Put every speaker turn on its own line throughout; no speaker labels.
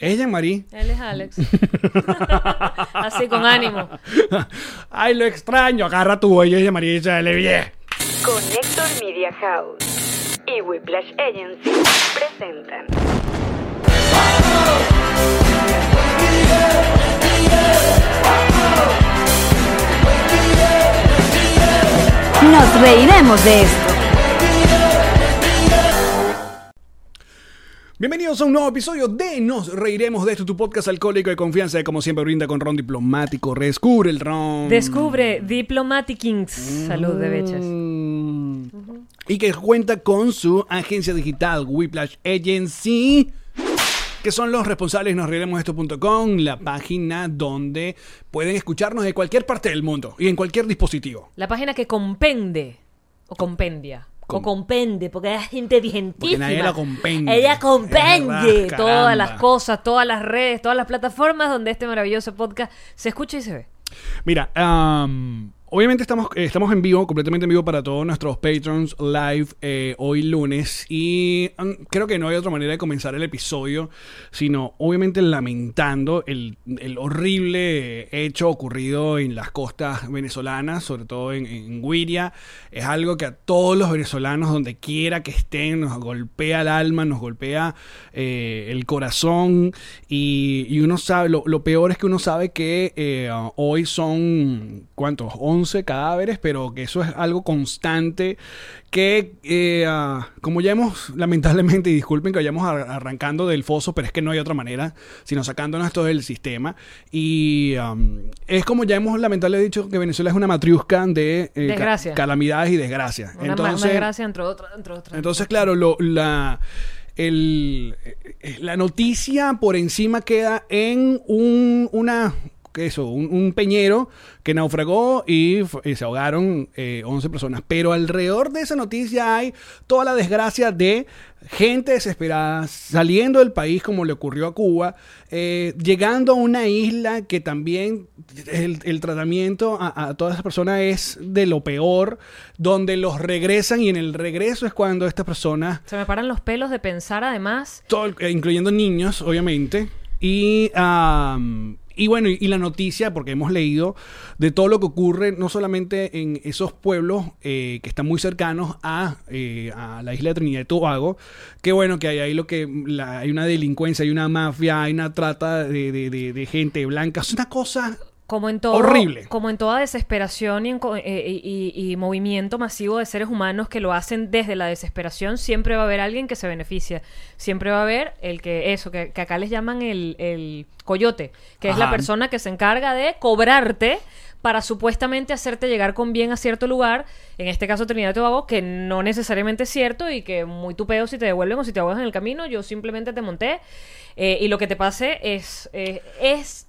Es Jean-Marie.
Él es Alex. Así con ánimo.
Ay, lo extraño. Agarra tu bollo, Jean-Marie, y échale bien.
Connector Media House y Whiplash Agency presentan
Nos reiremos de esto.
Bienvenidos a un nuevo episodio de Nos Reiremos de esto, tu podcast alcohólico de confianza que como siempre brinda con ron diplomático. Descubre el ron.
Descubre Diplomaticings. Salud de bechas.
Mm. Y que cuenta con su agencia digital Whiplash Agency. Que son los responsables de nosreiremosdeesto.com, la página donde pueden escucharnos de cualquier parte del mundo y en cualquier dispositivo.
La página que compende o compendia.
Com-
o compende, porque es gente inteligentísima.
Porque nadie la compende.
Ella compende
Es verdad,
todas las
caramba.
cosas, todas las redes, todas las plataformas donde este maravilloso podcast se escucha y se ve.
Mira, am, obviamente estamos, eh, estamos en vivo, completamente en vivo para todos nuestros patrons live eh, hoy lunes. Y am, creo que no hay otra manera de comenzar el episodio, sino obviamente lamentando el, el horrible hecho ocurrido en las costas venezolanas, sobre todo en, en Guiria. Es algo que a todos los venezolanos, donde quiera que estén, nos golpea el alma, nos golpea eh, el corazón. Y, y uno sabe, lo, lo peor es que uno sabe que eh, hoy son, ¿cuántos? 11 cadáveres, pero que eso es algo constante que, eh, ah, como ya hemos, lamentablemente, y disculpen que vayamos ar- arrancando del foso, pero es que no hay otra manera, sino sacándonos todo del sistema. Y am, es como ya hemos lamentablemente dicho que Venezuela es una matriusca de eh, ca-
Desgracia.
calamidades y desgracias.
Una, ma- una gracia entre otras. Entre otras.
Entonces, claro, lo- la, el- eh, la noticia por encima queda en un, una, ¿qué es eso, un, un peñero que naufragó y, fu- y se ahogaron eh, 11 personas. Pero alrededor de esa noticia hay toda la desgracia de gente desesperada saliendo del país como le ocurrió a Cuba, eh, llegando a una isla que también el, el tratamiento a, a todas esas personas es de lo peor, donde los regresan y en el regreso es cuando estas personas,
Se me paran los pelos de pensar, además,
todo el- eh, incluyendo niños obviamente, y, am, y bueno, y, y la noticia, porque hemos leído de todo lo que ocurre, no solamente en esos pueblos eh, que están muy cercanos a, eh, a la isla de Trinidad y Tobago, que bueno, que hay ahí lo que la- hay una delincuencia, hay una mafia, hay una trata de, de- de- de gente blanca, es una cosa
como en todo
Horrible.
como en toda desesperación y, en co- eh, y- y- y movimiento masivo de seres humanos que lo hacen desde la desesperación siempre va a haber alguien que se beneficia siempre va a haber el que eso que, que acá les llaman el, el coyote que es la
Ajá.
persona que se encarga de cobrarte para supuestamente hacerte llegar con bien a cierto lugar, en este caso Trinidad y Tobago, que no necesariamente es cierto y que muy tu peo si te devuelven o si te ahogas en el camino, yo simplemente te monté eh, y lo que te pase es, eh, es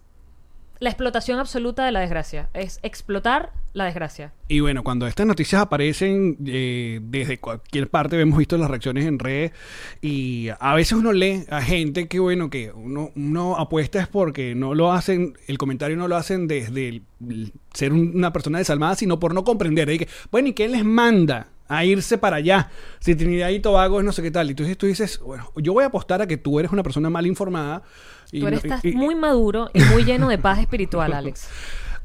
la explotación absoluta de la desgracia. Es explotar la desgracia.
Y bueno, cuando estas noticias aparecen eh, desde cualquier parte, hemos visto las reacciones en redes y a veces uno lee a gente que, bueno, que uno, uno apuesta es porque no lo hacen, el comentario no lo hacen desde el- el ser un- una persona desalmada, sino por no comprender. Y que, bueno, ¿y quién les manda? a irse para allá. Si Trinidad y Tobago es no sé qué tal. Y entonces tú dices, bueno, yo voy a apostar a que tú eres una persona mal informada. Y
Tú
no-
eres, estás
y- y-
muy maduro y muy lleno de paz espiritual, Alex.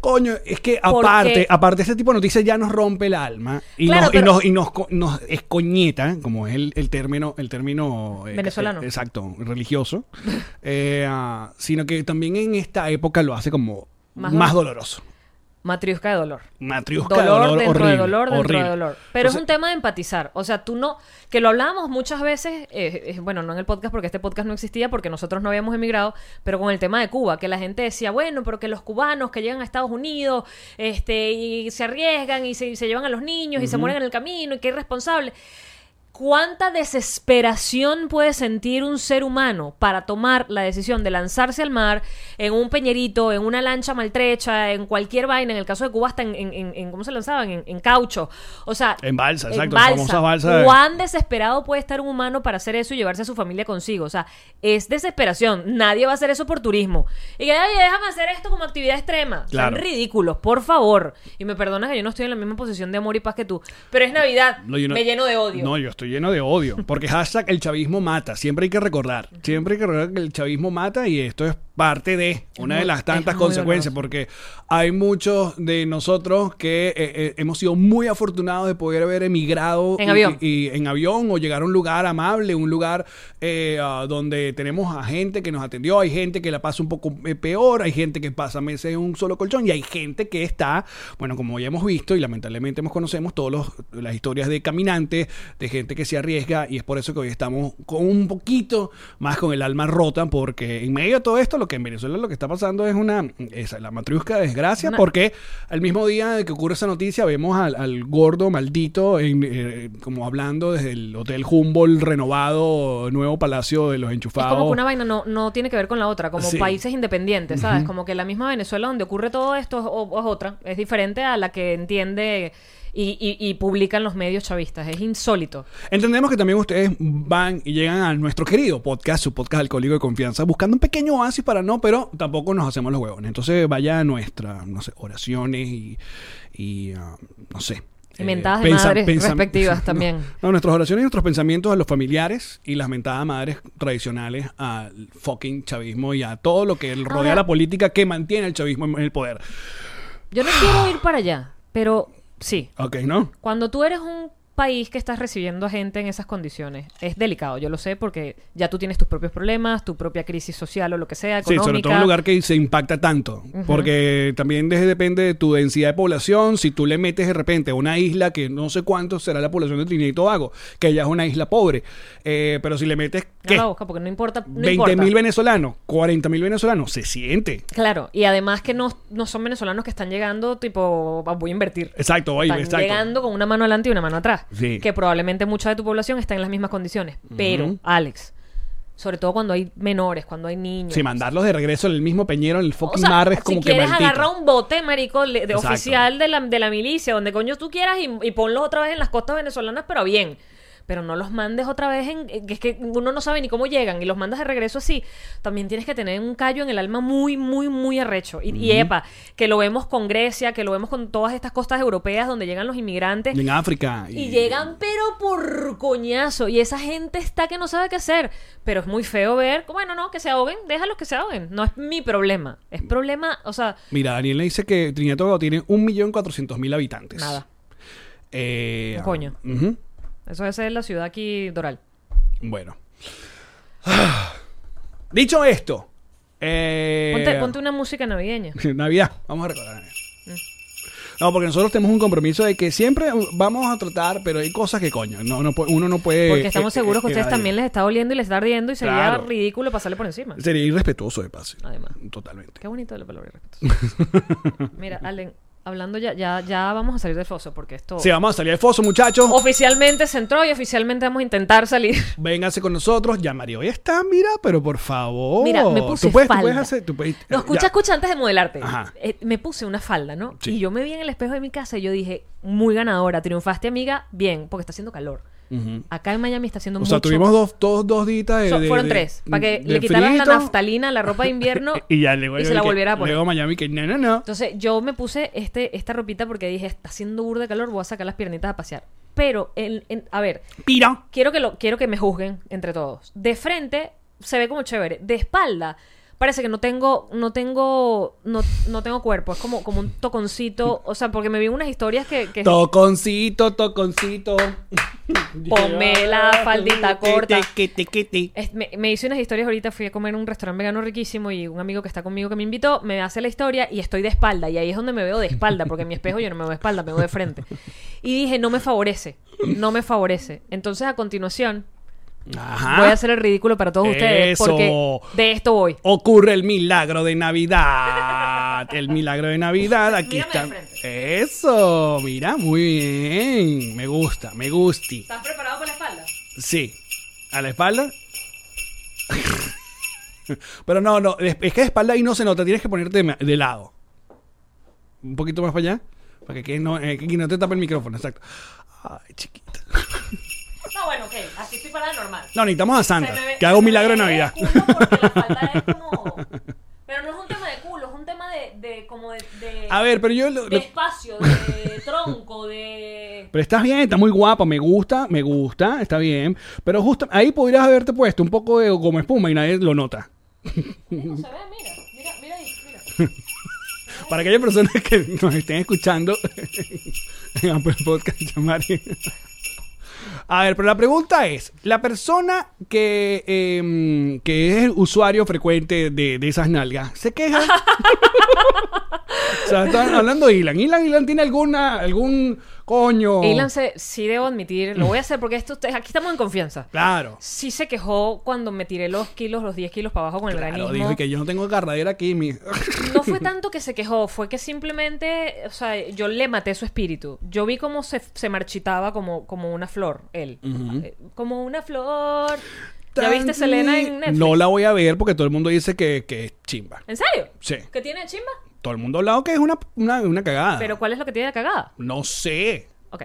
Coño, es que
Porque-
aparte, aparte este tipo de noticias ya nos rompe el alma y,
Claro,
nos, y
pero-
nos, y nos co- nos escoñeta, como es el, el término, el término eh,
Venezolano.
eh, exacto, religioso, Eh, ah, sino que también en esta época lo hace como más,
Más
doloroso.
Matriusca de dolor.
Matriusca de
Dolor,
dolor
dentro
horrible,
de dolor, dentro
horrible.
de dolor. Pero es
Entonces-
un tema de empatizar. O sea, tú no. Que lo hablábamos muchas veces, eh, eh, bueno, no en el podcast porque este podcast no existía, porque nosotros no habíamos emigrado, pero con el tema de Cuba, que la gente decía, bueno, pero que los cubanos que llegan a Estados Unidos este, y se arriesgan y se, y se llevan a los niños y se mueren en el camino y que irresponsable. ¿Cuánta desesperación puede sentir un ser humano para tomar la decisión de lanzarse al mar en un peñerito, en una lancha maltrecha, en cualquier vaina? En el caso de Cuba, hasta en, en- en- en- ¿cómo se lanzaban? En, en caucho. O sea,
En balsa, exacto, las famosas balsas.
¿Cuán desesperado puede estar un humano para hacer eso y llevarse a su familia consigo? O sea, es desesperación. Nadie va a hacer eso por turismo. Y que, oye, déjame hacer esto como actividad extrema. Son
Claro.
ridículos, por favor. Y me perdonas que yo no estoy en la misma posición de amor y paz que tú. Pero es Navidad.
No, yo no-
me lleno de odio.
No, yo estoy lleno de odio. Porque hashtag el chavismo mata. Siempre hay que recordar. Siempre hay que recordar que el chavismo mata y esto es parte de una de
muy-
las tantas
es muy
consecuencias. Porque hay muchos de nosotros que eh, eh, hemos sido muy afortunados de poder haber emigrado
En
y-
avión.
y- en avión o llegar a un lugar amable, un lugar eh, ah, donde tenemos a gente que nos atendió. Hay gente que la pasa un poco eh, peor, hay gente que pasa meses en un solo colchón y hay gente que está, bueno, como ya hemos visto y lamentablemente nos conocemos todas las historias de caminantes, de gente que se arriesga y es por eso que hoy estamos con un poquito más con el alma rota porque en medio de todo esto lo que en Venezuela lo que está pasando es una, esa, la matriusca desgracia
Una-
porque al mismo día de que ocurre esa noticia vemos al, al gordo maldito en, eh, como hablando desde el Hotel Humboldt renovado, nuevo palacio de los
Es
enchufados.
como que una vaina no, no tiene que ver con la otra, como
Sí.
países independientes, ¿sabes? Como que la misma Venezuela donde ocurre todo esto es, o- es otra, es diferente a la que entiende y, y- y publican los medios chavistas, es insólito.
Entendemos que también ustedes van y llegan a nuestro querido podcast, su podcast alcohólico de confianza, buscando un pequeño oasis para no, pero tampoco nos hacemos los huevones. Entonces vaya a nuestras, no sé, oraciones y, y, ah, no sé.
Y mentadas de madres respectivas también.
No, no, nuestras oraciones y nuestros pensamientos a los familiares y las mentadas madres tradicionales al fucking chavismo y a todo lo que rodea
Ahora-
la política que mantiene el chavismo en el poder.
Yo no quiero ir para allá, pero sí,
Ok, ¿no?
cuando tú eres un país que estás recibiendo a gente en esas condiciones, es delicado, yo lo sé, porque ya tú tienes tus propios problemas, tu propia crisis social o lo que sea,
Sí,
económica.
sobre todo un lugar que se impacta tanto, porque también de- depende de tu densidad de población, si tú le metes de repente a una isla que no sé cuánto será la población de Trinidad y Tobago, que ya es una isla pobre, eh, pero si le metes
No
¿qué?
la busca porque no importa. No
20
importa.
mil venezolanos, 40 mil venezolanos, se siente.
Claro, y además que no, no son venezolanos que están llegando, tipo, "Ah, voy a invertir.
Exacto, oye,
Están
exacto.
llegando con una mano adelante y una mano atrás.
Sí.
Que probablemente mucha de tu población está en las mismas condiciones. Pero, Alex, sobre todo cuando hay menores, cuando hay niños.
Si mandarlos de regreso en el mismo peñero, en el fucking
O sea,
mar, es como
si
que
quieres
maldito.
agarra un bote, marico, le- de
Exacto.
oficial de la, de la milicia, donde coño tú quieras, y, y ponlos otra vez en las costas venezolanas, pero bien. Pero no los mandes otra vez en... eh, que Es que uno no sabe ni cómo llegan y los mandas de regreso así. También tienes que tener un callo en el alma muy, muy, muy arrecho. Y, y epa, que lo vemos con Grecia, que lo vemos con todas estas costas europeas donde llegan los inmigrantes.
Y En África.
Y llegan, pero por coñazo. Y esa gente está que no sabe qué hacer. Pero es muy feo ver. Bueno, no, que se ahoguen. Déjalos que se ahoguen. No es mi problema. Es problema, o sea,
Mira, Daniel le dice que Trinidad y Tobago tiene 1.400.000 habitantes.
nada.
Eh,
Coño.
ujú.
Eso es la ciudad aquí, Doral.
Bueno. Ah. Dicho esto. eh,
Ponte, ponte una música navideña.
Navidad. Vamos a recordar. Navidad. No, porque nosotros tenemos un compromiso de que siempre vamos a tratar, pero hay cosas que coño. No, no, pu- uno no puede.
Porque estamos
eh,
seguros que
eh,
ustedes
evadir.
también les está oliendo y les está ardiendo y sería
Claro.
ridículo pasarle por encima.
Sería irrespetuoso de pase.
Además.
Totalmente.
Qué bonito la palabra irrespetuoso. Mira, Allen, hablando ya, ya, ya vamos a salir del foso porque esto
Sí, vamos a salir al foso, muchachos.
oficialmente se entró y oficialmente vamos a intentar salir.
Vénganse con nosotros. Ya Mario ya está, mira, pero por favor.
Mira, me puse
Oh, Tú puedes, tú
falda.
puedes hacer. Tú puedes,
No,
eh,
escucha,
ya.
escucha, antes de modelarte.
Ajá.
Eh, me puse una falda, ¿no?
Sí.
Y yo me vi en el espejo de mi casa y yo dije, muy ganadora, triunfaste, amiga, bien, porque está haciendo calor.
Ujú.
Acá en Miami está haciendo
O
mucho
sea, tuvimos dos, dos, dos ditas de,
So-
de-
fueron
de-
tres, para que
de
le quitaran la
frito.
naftalina a la ropa de invierno
y ya luego
se la volviera a poner.
Luego Miami que no, no, no.
Entonces yo me puse este, esta ropita porque dije, está haciendo burda de calor, voy a sacar las piernitas a pasear. Pero, en- en- a ver,
Pira.
quiero que, lo, quiero que me juzguen entre todos. De frente se ve como chévere. De espalda parece que no tengo no tengo no, no tengo cuerpo. Es como, como un toconcito. O sea, porque me vi unas historias que... que
Toconcito, toconcito. Ah,
Ponme la faldita corta.
Quete, quete, quete.
Es- me, me hice unas historias ahorita, fui a comer en un restaurante vegano riquísimo y un amigo que está conmigo que me invitó me hace la historia y estoy de espalda y ahí es donde me veo de espalda porque en mi espejo yo no me veo de espalda, me veo de frente. Y dije, no me favorece, no me favorece. Entonces a continuación
Ajá.
voy a hacer el ridículo para todos ustedes
Ah, Eso.
porque de esto voy.
Ocurre el milagro de Navidad. El milagro de Navidad. Aquí
Mírame de
está. Eso. Mira, muy bien. Me gusta, me gusti.
¿Estás preparado para la espalda?
Sí. ¿A la espalda? Pero no, no, es es que de espalda ahí no se nota, tienes que ponerte ma- de lado. Un poquito más para allá, para que aquí no, eh, que no te tape el micrófono, exacto. Ay, chiquita.
No, Ah, bueno, ok. Así estoy parada normal.
No, necesitamos a
Se me
Sandra,
ve-
que haga un
se me
milagro de
ve
Navidad.
el culo porque la falda es como- Pero no es un tema de culo, es un tema de, de como de, de-
A ver, pero yo... lo-
de
lo-
espacio, de tronco, de...
Pero estás bien, está muy guapa, me gusta, me gusta, está bien. Pero justo ahí podrías haberte puesto un poco de como espuma y nadie lo nota.
No se ve, mira, mira, mira ahí, mira.
Para aquellas personas que nos estén escuchando en Apple Podcast, llamar. A ver, pero la pregunta es, la persona que, em, que es usuario frecuente de, de esas nalgas, ¿se queja? o sea, están hablando de Ilan. Ilan, Ilan tiene alguna, algún coño.
Ilan se, sí debo admitir, lo voy a hacer porque esto ustedes- aquí estamos en confianza.
Claro.
Sí se quejó cuando me tiré los kilos, los 10 kilos para abajo con el
Claro,
granismo.
dijo que yo no tengo agarradera aquí. Mi...
No fue tanto que se quejó, fue que simplemente, o sea, yo le maté su espíritu. Yo vi cómo se, se marchitaba como, como una flor, él. Eh, Como una flor. ¿Ya viste Selena en Netflix?
No la voy a ver porque todo el mundo dice que, que es chimba.
¿En serio?
Sí.
¿Que tiene de chimba?
Todo el mundo ha hablado que es una, una, una cagada.
Pero ¿cuál es lo que tiene de cagada?
No sé.
Ok.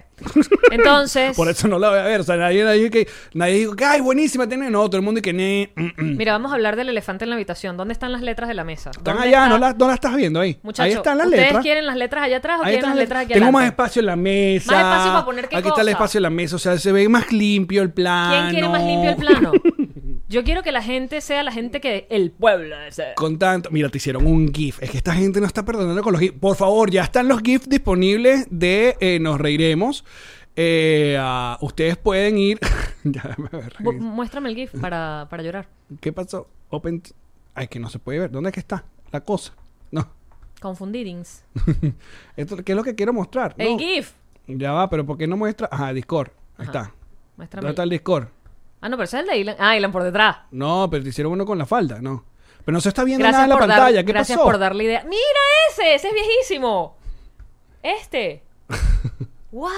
Entonces,
Por eso no la voy a ver. O sea, nadie, nadie, que, nadie dijo que, ay, buenísima, tiene. No, todo el mundo y que, "Nee, mm, mm".
mira, vamos a hablar del elefante en la habitación. ¿Dónde están las letras de la mesa?
Están
¿Dónde
allá,
está-
no, las no las estás viendo ahí.
Muchachos,
ahí están las
¿ustedes
letras.
quieren las letras allá atrás o
Ahí
quieren
están
las
las-
letras aquí
Tengo más
adelante?
espacio en la mesa.
Más espacio para poner qué
Aquí está el
cosa.
espacio en la mesa. O sea, se ve más limpio el plano.
¿Quién quiere más limpio el plano? Yo quiero que la gente sea la gente que el pueblo desea.
Con tanto. Mira, te hicieron un GIF. Es que esta gente no está perdonando con los GIF. Por favor, ya están los GIFs disponibles de eh, Nos Reiremos. Eh, ah, ustedes pueden ir. ya me voy a
Bu-
reír.
Muéstrame el GIF para, para llorar.
¿Qué pasó? Open. t- Ay, que no se puede ver. ¿Dónde es que está? La cosa. No.
Confundidings.
Esto, ¿Qué es lo que quiero mostrar?
El
No.
GIF.
Ya va, pero ¿por qué no muestra? Ajá, Discord. Ahí está.
Muéstrame.
¿Dónde está el Discord?
Ah, no, pero ese es el de Ilan. Ah, Ilan por detrás.
No, pero te hicieron uno con la falda, no. Pero no se está viendo
Gracias,
nada en
por,
la
dar-
pantalla. ¿Qué
gracias
pasó?
por darle idea. ¡Mira ese! ¡Ese es viejísimo! Este. ¿What?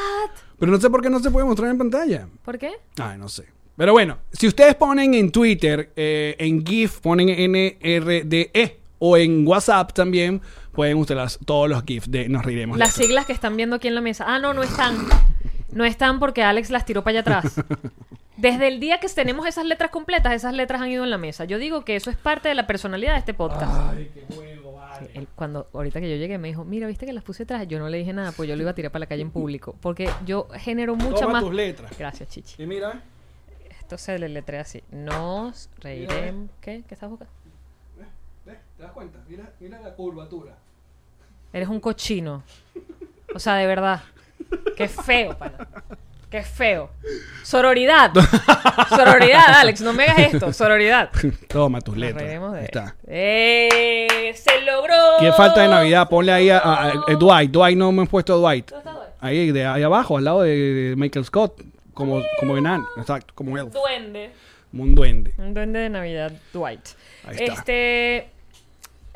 Pero no sé por qué no se puede mostrar en pantalla.
¿Por qué?
Ay, no sé. Pero bueno, si ustedes ponen en Twitter, eh, en GIF, ponen NRDE E o en WhatsApp también, pueden ustedes todos los GIFs de Nos Riremos.
Las siglas que están viendo aquí en la mesa. Ah, no, no están. No están porque Alex las tiró para allá atrás. Desde el día que tenemos esas letras completas, esas letras han ido en la mesa. Yo digo que eso es parte de la personalidad de este podcast. Sí, él- cuando ahorita que yo llegué me dijo, mira, viste que las puse atrás. Yo no le dije nada, pues yo lo iba a tirar para la calle en público, porque yo genero mucha
Toma
más.
tus letras.
Gracias, Chichi.
Y mira,
Esto se le letrea así. Nos reiremos. ¿Qué? ¿Qué estás buscando?
¿te das cuenta? Mira, mira la curvatura.
Eres un cochino. O sea, de verdad. Qué feo, pana. Qué feo. Sororidad. Sororidad, Alex. No me hagas esto. Sororidad.
Toma tus
Nos
letras.
reiremos de-
Ahí está.
¡Eh! ¡Se logró!
¿Qué falta de Navidad? Ponle ahí a, a- a- Dwight. Dwight no me han puesto Dwight.
¿Dónde está Dwight?
Ahí, de ahí abajo, al lado de Michael Scott. Como, como enano. Exacto, como él.
Duende.
Como un duende.
Un duende de Navidad, Dwight.
Ahí está.
Este.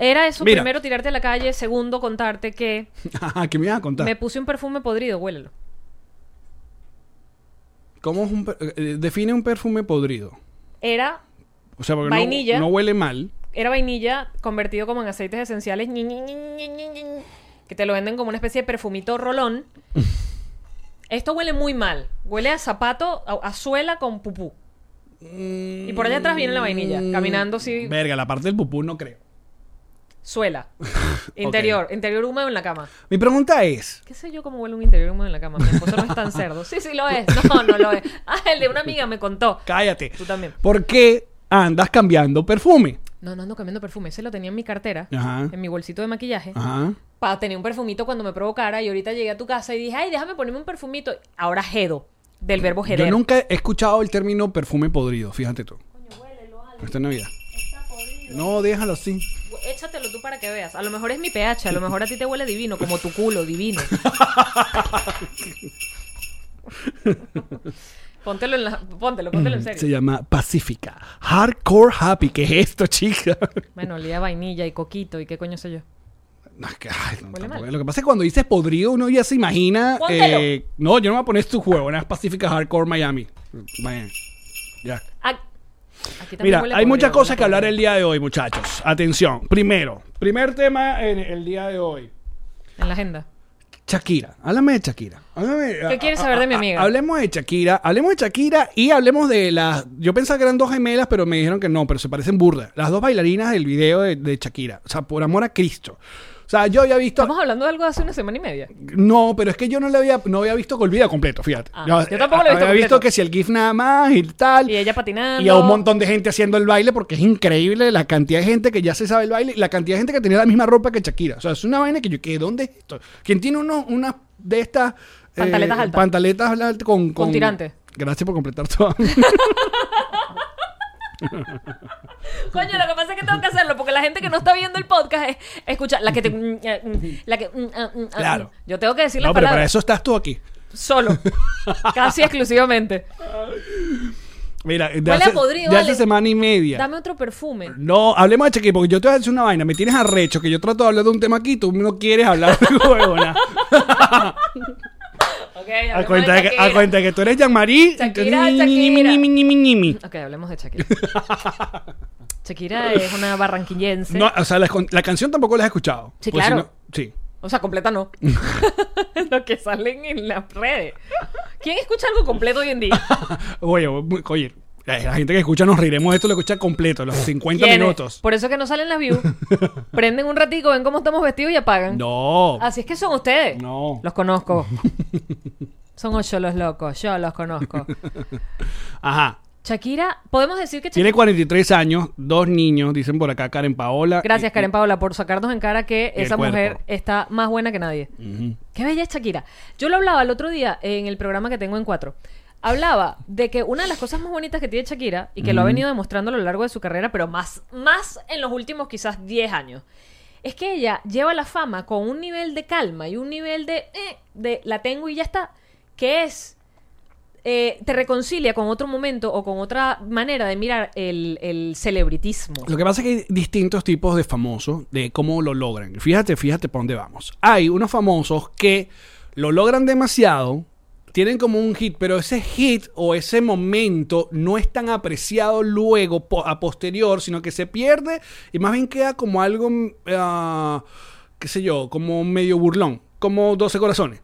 Era eso
Mira.
primero tirarte a la calle, segundo contarte que
Ajá, ¿Qué me ibas a contar?
me puse un perfume podrido, huélelo.
¿Cómo es un per- eh, define un perfume podrido?
Era
O sea, porque
Vainilla.
No, no huele mal.
era vainilla convertido como en aceites esenciales ñi, ñi, ñi, ñi, ñi, ñi, que te lo venden como una especie de perfumito rolón. Esto huele muy mal. Huele a zapato, a, a suela con pupú. Y por allá atrás viene la vainilla,
Mm.
caminando así,
Verga, la parte del pupú no creo.
suela. Interior, interior húmedo en la cama.
Mi pregunta es,
¿Qué sé yo cómo huele un interior húmedo en la cama? Mi esposo no es tan cerdo. Sí, sí lo es. No, no lo es. Ah, el de una amiga me contó.
cállate.
Tú también.
¿Por qué andas cambiando perfume?
No, no ando cambiando perfume. Ese lo tenía en mi cartera,
Ajá.
en mi bolsito de maquillaje.
Ajá.
para tener un perfumito cuando me provocara y ahorita llegué a tu casa y dije, ay, déjame ponerme un perfumito. Ahora jedo, del verbo
Yo
jeder.
nunca he escuchado el término perfume podrido, fíjate tú. Esta es Navidad. No, déjalo así.
Échatelo tú para que veas. A lo mejor es mi pH, a lo mejor a ti te huele divino, como tu culo, divino. póntelo en la... Póntelo, póntelo en
Se
serio.
llama Pacifica. Hardcore Happy. ¿Qué es esto, chica?
Bueno, olía a vainilla y coquito y qué coño sé yo.
No, es que, ay, no,
Huele
tampoco.
mal.
Lo que pasa es que cuando dices podrido, uno ya se imagina.
Póntelo.
eh, no, yo no me voy a poner tu juego, una Pacifica Hardcore Miami. Miami. Ya.
Ac- aquí también
Mira,
huele
hay
podrido,
muchas cosas
huele
que hablar
podrido.
el día de hoy, muchachos. Atención. Primero, primer tema en el día de hoy.
En la agenda.
Shakira, háblame de Shakira. Háblame-
¿Qué quieres saber de mi amiga?
Hablemos de Shakira, hablemos de Shakira y hablemos de las. Yo pensaba que eran dos gemelas, pero me dijeron que no, pero se parecen burdas. Las dos bailarinas del video de, de Shakira. O sea, por amor a Cristo. O sea, yo había visto.
Estamos hablando de algo de hace una semana y media.
No, pero es que yo no le había, no había visto con el video completo, fíjate.
Ah, yo tampoco lo he visto
Había visto
completo.
que si el GIF nada más y tal.
Y ella patinando.
Y a un montón de gente haciendo el baile porque es increíble la cantidad de gente que ya se sabe el baile, y la cantidad de gente que tenía la misma ropa que Shakira. O sea, es una vaina que yo, ¿qué? ¿Dónde es esto? ¿Quién tiene uno, una de estas eh,
Pantaletas altas.
Pantaletas altas con, con,
tirante.
Gracias por completar todo.
Coño, lo que pasa es que tengo que hacerlo porque la gente que no está viendo el podcast es, escucha, la que te, mm, eh, mm, la que, mm, ah, mm, ah,
Claro.
mm. Yo tengo que decir
no,
las
pero para
palabras
eso estás tú aquí.
solo, casi exclusivamente.
Mira, de,
Huele
hace,
a podrido,
de
vale.
hace semana y media.
Dame otro perfume.
No, hablemos de Shakira porque yo te voy a decir una vaina. Me tienes arrecho que yo trato de hablar de un tema aquí y tú no quieres hablar de huevona.
Okay,
a,
hablemos
cuenta de
de
que, a
Shakira.
cuenta de que tú eres Jean-Marie.
Shakira,
entonces, ni, ni,
Shakira.
ni, ni, ni, ni, ni.
Ok, hablemos de Shakira. Shakira es una barranquillense.
No, o sea, la, la canción tampoco la has escuchado.
Sí,
Porque si
claro.
no- sí.
O sea, completa no. Lo que salen en las redes. ¿Quién escucha algo completo hoy en día?
Oye, oye, eh, la la gente que escucha nos riremos de esto, lo escucha completo, los 50
¿Quiénes?
minutos.
Por eso que no salen las views. Prenden un ratico, ven cómo estamos vestidos y apagan.
No.
Así Ah, es que son ustedes.
No.
Los conozco. son yo los locos, yo los conozco.
Ajá.
Shakira, podemos decir que Shakira...
Tiene 43 años, dos niños, dicen por acá Karen Paola.
Gracias,
Y-
Karen Paola, por sacarnos en cara que
Y el
esa
cuerpo.
mujer está más buena que nadie. Qué bella es Shakira. Yo lo hablaba el otro día en el programa que tengo en cuatro. Hablaba de que una de las cosas más bonitas que tiene Shakira y que lo ha venido demostrando a lo largo de su carrera, pero más, más en los últimos quizás 10 años, es que ella lleva la fama con un nivel de calma y un nivel de, eh, de la tengo y ya está, que es eh, te reconcilia con otro momento o con otra manera de mirar el, el celebritismo.
Lo que pasa es que hay distintos tipos de famosos, de cómo lo logran. Fíjate, fíjate para dónde vamos. Hay unos famosos que lo logran demasiado, tienen como un hit, pero ese hit o ese momento no es tan apreciado luego, po- a posterior, sino que se pierde y más bien queda como algo, mm, ah, qué sé yo, como medio burlón, como 12 corazones.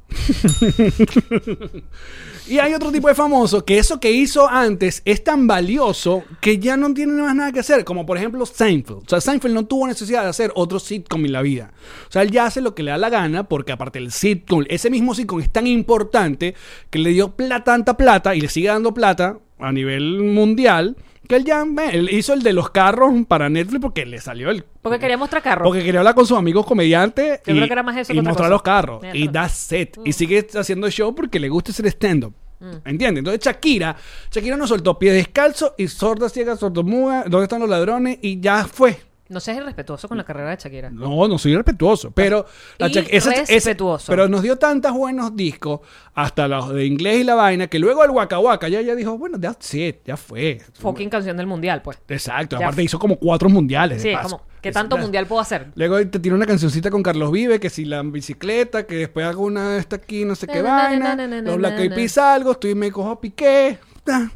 Y hay otro tipo de famoso que eso que hizo antes es tan valioso que ya no tiene más nada que hacer, como por ejemplo Seinfeld. O sea, Seinfeld no tuvo necesidad de hacer otro sitcom en la vida. O sea, él ya hace lo que le da la gana porque aparte el sitcom, ese mismo sitcom es tan importante que le dio pla- tanta plata y le sigue dando plata a nivel mundial que él ya ve, él hizo el de los carros para Netflix porque le salió el...
Porque quería mostrar carro.
Porque quería hablar con sus amigos comediantes
Yo
y,
creo que era más eso
y
que otra
mostrar
cosa.
los carros.
Mira, Mm.
Y
claro.
that's it. Y sigue haciendo show porque le gusta hacer stand-up.
Mm.
¿Entiendes? Entonces Shakira, Shakira nos soltó pie descalzo y sorda ciega, sordomuda, ¿dónde están los ladrones? Y ya fue.
No seas irrespetuoso con la carrera de Shakira.
Mm. No, no soy respetuoso, pero... la Shak- esa- esa-
Irrespetuoso.
pero nos dio tantos buenos discos, hasta los de inglés y la vaina, que luego el Waka Waka ya, ya dijo, bueno, that's it, ya fue.
Fucking canción del mundial, pues.
Exacto,
Ya
aparte
fue.
hizo como cuatro mundiales. de
Sí, es
paso.
como, ¿qué
Es-
tanto
that's-
mundial puedo hacer?
Luego te tiro una cancioncita con Carlos Vive, que si la bicicleta, que después hago una de esta aquí, no sé qué
Na, na,
vaina.
na, na, na,
los
na,
Black Eyed
na.
Peas algo, estoy me cojo a piqué. Ah.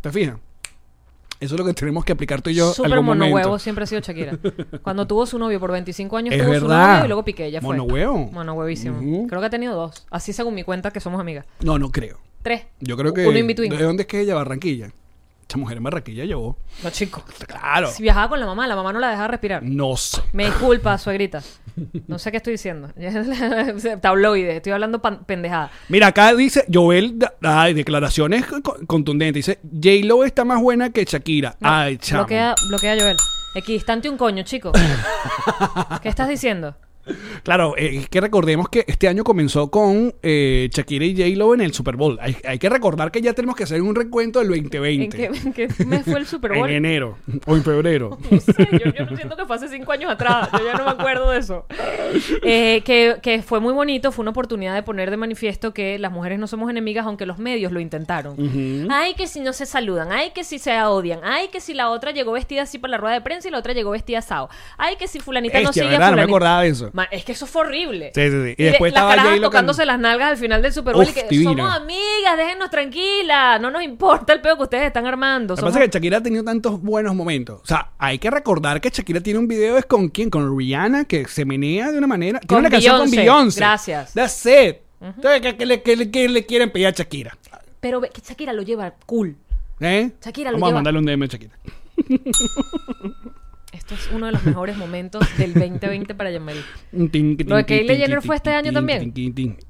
¿Te fijas? Eso es lo que tenemos que aplicar tú y yo
Súper
algún momento.
monohuevo siempre ha sido Shakira. Cuando tuvo su novio por 25 años,
Es
tuvo
verdad.
su novio y luego piqué, ya fue.
Monohuevo.
Monohuevísimo.
Ujú.
Creo que ha tenido dos. Así según mi cuenta que somos amigas.
No, no creo.
Tres.
Yo creo que...
Uno in between.
¿De dónde es que ella? Barranquilla. Esta mujer en Barranquilla llevó.
No, chico.
Claro.
Si viajaba con la mamá, la mamá no la dejaba respirar.
No sé.
Me disculpa, suegrita. No sé qué estoy diciendo. Tabloide. Estoy hablando pan- pendejada.
Mira, acá dice Joel, da- ay, declaraciones co- contundentes. Dice, J-Lo está más buena que Shakira.
No,
ay, chamo.
Bloquea, bloquea a Joel. Equidistante un coño, chico. ¿Qué estás diciendo?
Claro, eh, es que recordemos que este año comenzó con eh, Shakira y J-Lo en el Super Bowl. Hay, hay que recordar que ya tenemos que hacer un recuento del 2020.
¿En qué, en qué mes fue el Super Bowl?
En enero o en febrero.
No sé, yo, yo no siento que fue hace cinco años atrás, yo ya no me acuerdo de eso. Eh, que, que fue muy bonito, fue una oportunidad de poner de manifiesto que las mujeres no somos enemigas, aunque los medios lo intentaron. Ay, que si no se saludan, ay, que si se odian, ay, que si la otra llegó vestida así para la rueda de prensa y la otra llegó vestida sao. Ay, que si fulanita no
Bestia,
sigue a
¿verdad? No me
fulanita.
acordaba de eso.
Ma- es que eso fue horrible.
Sí, sí, sí. Y
de-
después
las
estaba
carajas
J-Lo con-
tocándose las nalgas al final del Super Bowl
Uf,
y que
divina.
somos amigas, déjennos tranquilas, no nos importa el pedo que ustedes están armando.
Lo que
somos-
pasa es que Shakira ha tenido tantos buenos momentos. O sea, hay que recordar que Shakira tiene un video es con quién, con Rihanna, que se menea de una manera. Tiene
Con
una canción con
Beyoncé.
Beyoncé.
Gracias.
That's it. Entonces, ¿qué- qué le, qué le- qué le quieren pedir a Shakira?
Pero ve que Shakira lo lleva cool.
¿Eh?
Shakira lo
Vamos a
lleva-
mandarle un DM a Shakira.
Esto es uno de los mejores momentos del 2020 para Yamel.
Lo
Lo de Kylie Jenner fue este año también.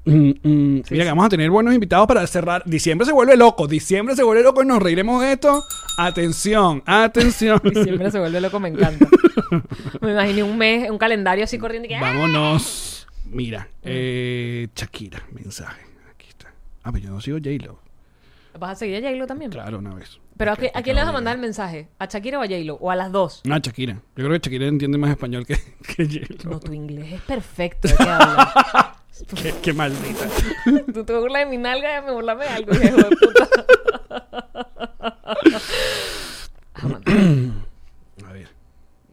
Mm, Mira, que vamos a tener buenos invitados para cerrar. Diciembre se vuelve loco. Diciembre se vuelve loco y nos reiremos de esto. Atención, atención.
Siempre se vuelve loco, me encanta. Me imaginé un mes, un calendario así corriendo y que... ¡ah!
Vámonos. Mira, eh, Shakira, mensaje. Aquí está. Ah, pero yo no sigo J-Lo.
"Ah, ¿Vas a seguir a J-Lo también?
Claro, una vez.
Pero ¿a,
Acá-
qué- a
acá
quién le vas a
voy
mandar el mensaje? ¿A Shakira o a J-Lo? ¿O a las dos?
No, Shakira. Yo creo que Shakira entiende más español que, que J-Lo.
No, tu inglés es perfecto. ¿de qué hablas?
qué, qué maldita.
Tú te burlas de mi nalga, me burlame de algo, hijo de puta.
A ver. A ver.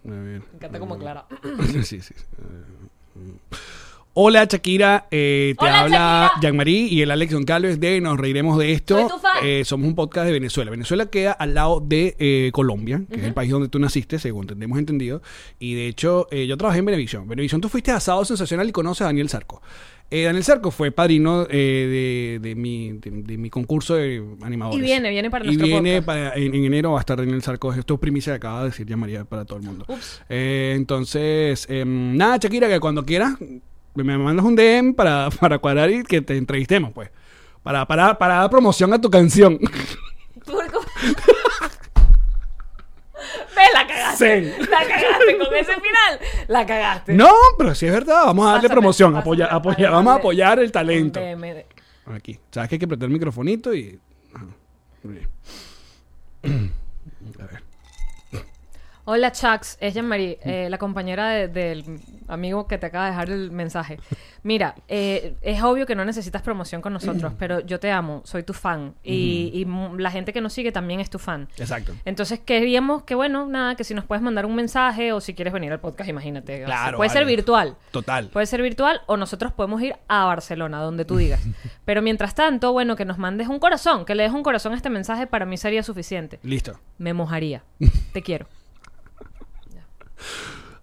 Mm. Me
encanta como aclara.
sí, sí. sí. Eh, Hola Shakira, eh, te
Hola,
habla
Shakira.
Jean-Marie y el Alex Goncalves de Nos Reiremos de Esto.
Soy tu fan.
Eh, somos un podcast de Venezuela. Venezuela queda al lado de eh, Colombia, que es el país donde tú naciste, según tenemos entendido. Y de hecho, eh, yo trabajé en Venevisión. Venevisión, tú fuiste asado sensacional y conoces a Daniel Sarco. Eh, Daniel Sarco fue padrino eh, de, de mi, de, de mi concurso de animadores.
Y viene, viene para
Y
nuestro
viene
podcast.
para- en, en enero va a estar Daniel Sarco. Esto es primicia que acaba de decir Jean-Marie para todo el mundo.
Ups.
Eh, entonces, em, nada, Shakira, que cuando quieras me- me mandas un DM para, para cuadrar y que te entrevistemos, pues. Para, para, para dar promoción a tu canción.
Turco. Ve, la cagaste.
Sí.
La cagaste con ese final. La cagaste.
No, pero si es verdad, vamos a darle
Pásame,
promoción.
pásame,
apoya, apoya-
pásame.
vamos a apoyar el talento.
Un DM de-
Aquí. Sabes que hay que apretar el microfonito y. Ajá, muy bien. A ver.
Hola, Chucks. Es Jean-Marie, eh, la compañera de- del amigo que te acaba de dejar el mensaje. Mira, eh, es obvio que no necesitas promoción con nosotros, pero yo te amo, soy tu fan. Y, y mu- la gente que nos sigue también es tu fan.
Exacto.
Entonces queríamos que, bueno, nada, que si nos puedes mandar un mensaje o si quieres venir al podcast, imagínate.
Claro,
Puede ser
vale.
virtual.
Total.
Puede ser virtual o nosotros podemos ir a Barcelona, donde tú digas. Pero mientras tanto, bueno, que nos mandes un corazón, que le des un corazón a este mensaje, para mí sería suficiente.
Listo.
Me mojaría. Te quiero.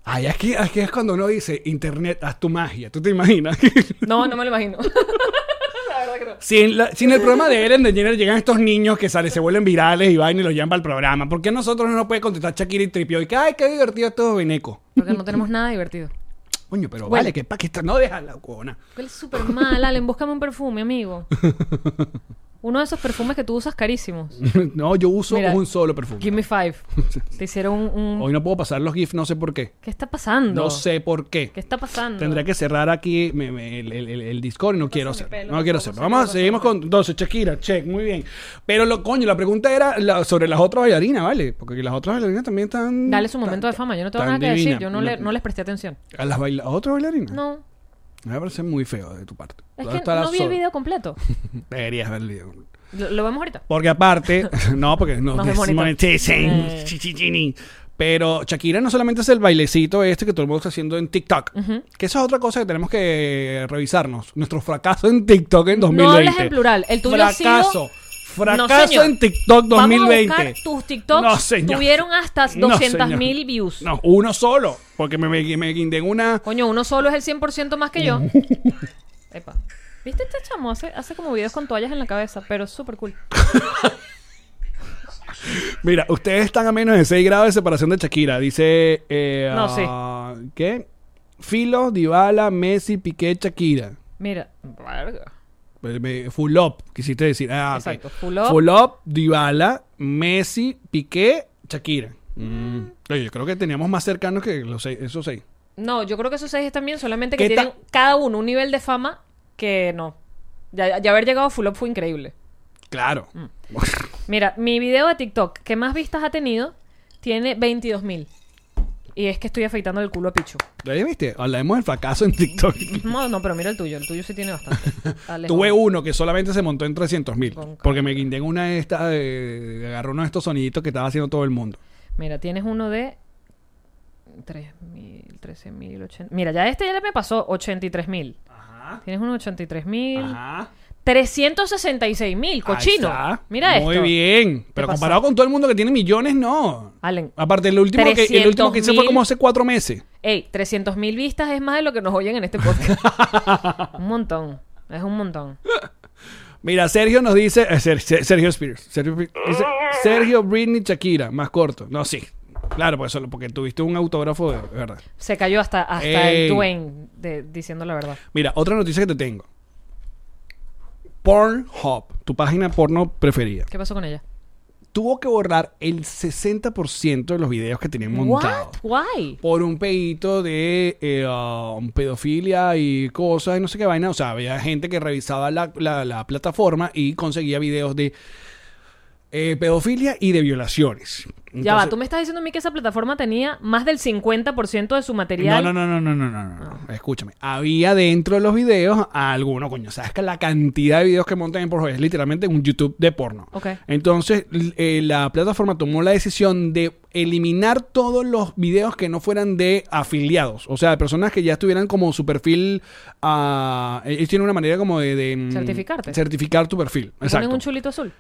Ay, aquí, aquí es cuando uno dice: Internet, haz tu magia. ¿Tú te imaginas?
No, no me lo imagino. La verdad que no.
Si en, la- si en el programa de Ellen DeGeneres llegan estos niños que sale, se vuelven virales y van y los llaman para el programa, ¿por qué nosotros no nos puede contestar Shakira y Tripio? Y que, ay, qué divertido esto, Beneco.
Porque no tenemos nada divertido.
Coño, pero
Bueno.
vale, que pa' que esta- no deja la huevona.
Huele súper mal, Allen. Búscame un perfume, amigo. Uno de esos perfumes que tú usas carísimos.
no, yo uso
Mira,
un solo perfume.
Give me five. Te hicieron un... un-
Hoy no puedo pasar los GIFs, no sé por qué.
¿Qué está pasando?
No sé por qué.
¿Qué está pasando?
Tendré que cerrar aquí me- me- el, el- el- el Discord y no quiero
mi
hacerlo.
pelo,
no
tampoco
quiero
sé
hacerlo.
qué
Vamos,
pasa.
seguimos con 12, Shakira, check, muy bien. Pero lo coño, la pregunta era la- sobre las otras bailarinas, ¿vale? Porque las otras bailarinas también están.
Dale su momento
tan-
de fama. Yo no tengo
tan
nada que decir.
divinas.
Yo no, le- no les presté atención.
¿A las baila ¿a otra bailarina?
No.
Me parece muy feo de tu parte.
Es
¿Dónde
que
Mm. está la
no vi el
sol?
video completo.
Deberías ver el video.
Lo, lo vemos ahorita.
Porque aparte, no, porque nos
Nos desmonetizan.
desmonetizan.
Eh.
Chichichini. Pero Shakira no solamente es el bailecito este que todo el mundo está haciendo en TikTok, que esa es otra cosa que tenemos que revisarnos. Nuestro fracaso en TikTok en 2020.
No hables en plural. El tuyo ha sido-
fracaso. Fracaso
No, señor.
en TikTok 2020.
Vamos a buscar tus TikToks.
No, señor.
Tuvieron hasta
No,
200.000
señor.
views.
No, uno solo. Porque me, me, me guindé en una.
Coño, uno solo es el 100% más que yo. Epa. ¿Viste este chamo? Hace, hace como videos con toallas en la cabeza, pero es súper cool.
Mira, ustedes están a menos de 6 grados de separación de Shakira. Dice. Eh,
No,
ah, ¿Qué? Filo, Dybala, Messi, Piqué, Shakira.
Mira. Verga.
Eh, me- Full up, quisiste decir. Ah, ok.
Exacto, full up.
Full up, Dybala, Messi, Piqué, Shakira. Mm. Oye, yo creo que teníamos más cercanos que los seis, esos seis.
No, yo creo que esos seis están bien, solamente que
¿Qué
tienen
tal?
cada uno un nivel de fama que no. Ya, ya haber llegado a Full Up fue increíble.
Claro.
Mm. Mira, mi video de TikTok que más vistas ha tenido tiene 22.000. Y es que estoy afeitando el culo a Pichu.
¿Ya viste? Hablamos del fracaso en TikTok.
No, no, pero mira el tuyo. El tuyo sí tiene bastante. Dale,
Tuve
joder.
uno que solamente se montó en 300 mil.
Con calma.
Porque me guindé en una de estas. eh, de- agarró uno de estos soniditos que estaba haciendo todo el mundo.
Mira, tienes uno de... 3.000, 13.000, 80. Mira, ya este ya me pasó 83.000.
Ajá.
Tienes un 83.000.
Ah. Ajá.
366.000, cochino.
Ahí está.
Mira esto.
Muy bien. Pero
pasó?
comparado con todo el mundo que tiene millones, no.
Allen.
Aparte, el último, que, el último que hice fue
300.000.
como hace cuatro meses.
Ey, 300.000 vistas es más de lo que nos oyen en este podcast. un montón. Es un montón.
Mira, Sergio nos dice. eh, Ser- Ser- Sergio Spears. Sergio, Spears- dice, Sergio Britney Shakira, más corto. No, sí. Claro, pues solo porque tuviste un autógrafo de de verdad.
Se cayó hasta, hasta
Ey.
el Dwayne de- diciendo la verdad.
Mira, otra noticia que te tengo. Pornhub, tu página porno preferida,
¿Qué pasó con ella?
tuvo que borrar el 60% de los videos que tenían montados.
What? Why?
Por un pedito de eh, um, pedofilia y cosas y no sé qué vaina. O sea, había gente que revisaba la, la- la plataforma y conseguía videos de eh, pedofilia y de violaciones.
ya va,
Entonces-
tú me estás diciendo a mí que esa plataforma tenía más del 50% de su
No,
material.
no, no, no, no, no, no, no.
Ah.
Escúchame. Había dentro de los videos a alguno, coño. Sabes que la cantidad de videos que montan en Pornhub es literalmente un YouTube de porno.
Ok.
Entonces, l- eh, la plataforma tomó la decisión de eliminar todos los videos que no fueran de afiliados. O sea, de personas que ya estuvieran como su perfil. ah, ellos tienen una manera como de. de, mm,
Certificarte.
Certificar tu perfil.
Le Ponen
Exacto.
un chulito azul.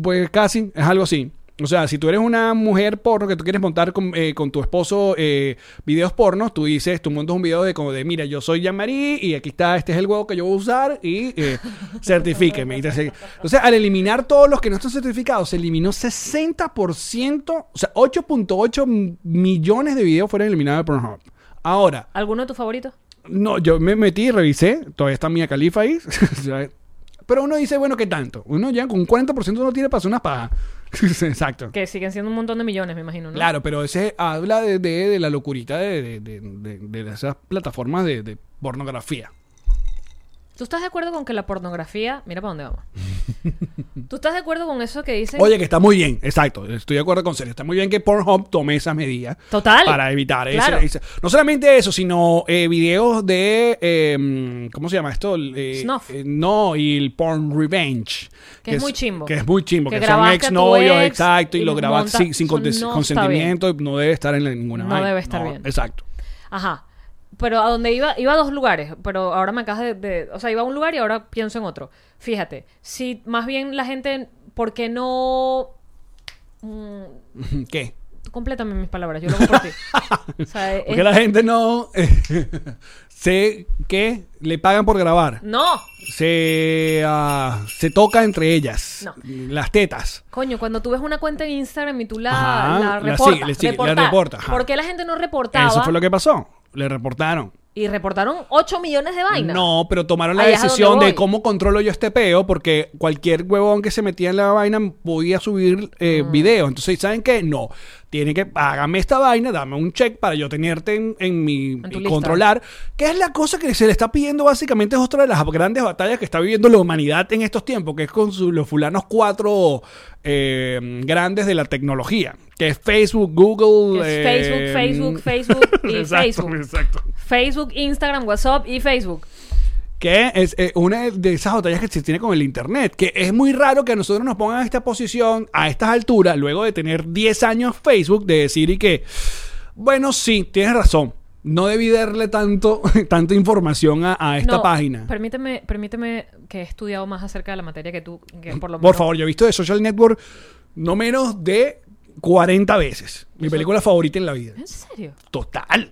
Pues casi, es algo así. O sea, si tú eres una mujer porno que tú quieres montar con, eh, con tu esposo eh, videos pornos, tú dices, tú montas un video de como de, mira, yo soy Jean-Marie y aquí está, este es el huevo que yo voy a usar y eh, certifíqueme. Y te hace- o sea, al eliminar todos los que no están certificados, se eliminó 60%, o sea, 8.8 millones de videos fueron eliminados de Pornhub. Ahora,
¿Alguno de tus favoritos?
no, yo me metí y revisé. Todavía está Mia Califa ahí. O sea, Pero uno dice, bueno, ¿qué tanto? Uno ya con un 40% no tiene para hacer una paja. Exacto.
Que siguen siendo un montón de millones, me imagino, ¿no?
Claro, pero ese habla de, de- de la locurita de, de- de- de- de esas plataformas de, de pornografía.
¿Tú estás de acuerdo con que la pornografía... Mira para dónde vamos. ¿Tú estás de acuerdo con eso que dicen?
Oye, que está muy bien. Exacto. Estoy de acuerdo con Sergio. Está muy bien que Pornhub tome esas medidas.
Total.
Para evitar eso.
Claro.
Esa- No solamente eso, sino eh, videos de. eh, ¿Cómo se llama esto? El, eh,
Snuff.
eh, no, y el Porn Revenge.
Que es muy chimbo.
Que es muy chimbo.
Que
Que, son
grabaste a tu
exnovios,
ex
exacto. Y,
y
lo
los
grabas
montas.
sin, sin
Eso
contes-
no está
consentimiento. No debe estar en la- ninguna
No
vaina.
debe estar bien.
Exacto.
Ajá. Pero a donde iba, iba a dos lugares, pero ahora me acabas de, de- O sea, iba a un lugar y ahora pienso en otro. Fíjate, si más bien la gente, ¿por qué no... Mm,
¿Qué?
tú complétame mis palabras, yo lo hago por ti. O sea, es-
Porque la gente no. sé que le pagan por grabar.
No,
se, ah, se toca entre ellas.
No.
Las tetas.
coño, cuando tú ves una cuenta en Instagram y tú la,
Ajá, Ah, la
la
sigue,
reportas.
le sigue, la
reportar.
reporta, ajá.
¿Por qué la gente no reportaba?
Eso fue lo que pasó. Le reportaron.
Y reportaron 8 millones de vainas.
No, pero tomaron la
Ahí es a donde
decisión de
voy.
cómo controlo yo este peo, porque cualquier huevón que se metía en la vaina podía subir eh,
Mm.
video. Entonces, ¿saben qué? No. Tiene que, hágame esta vaina, dame un check para yo tenerte en, en mi
tu
y
lista.
controlar. Que es la cosa que se le está pidiendo básicamente es otra de las grandes batallas que está viviendo la humanidad en estos tiempos, que es con su- los fulanos cuatro eh, grandes de la tecnología. Que es Facebook, Google.
Que es
eh,
Facebook, Facebook, Facebook y
Exacto,
Facebook.
Exacto.
Facebook, Instagram, WhatsApp y Facebook.
Que es eh, una de esas batallas que se tiene con el Internet. Que es muy raro que a nosotros nos pongan en esta posición, a estas alturas, luego de tener 10 años Facebook, de decir y que, bueno, sí, tienes razón. No debí darle tanto, tanta información a, a esta
No,
página.
Permíteme, permíteme que he estudiado más acerca de la materia que tú, que por lo
Por
menos-
favor, yo he visto de Social Network no menos de 40 veces. Mi película favorita en la vida.
¿En serio?
Total.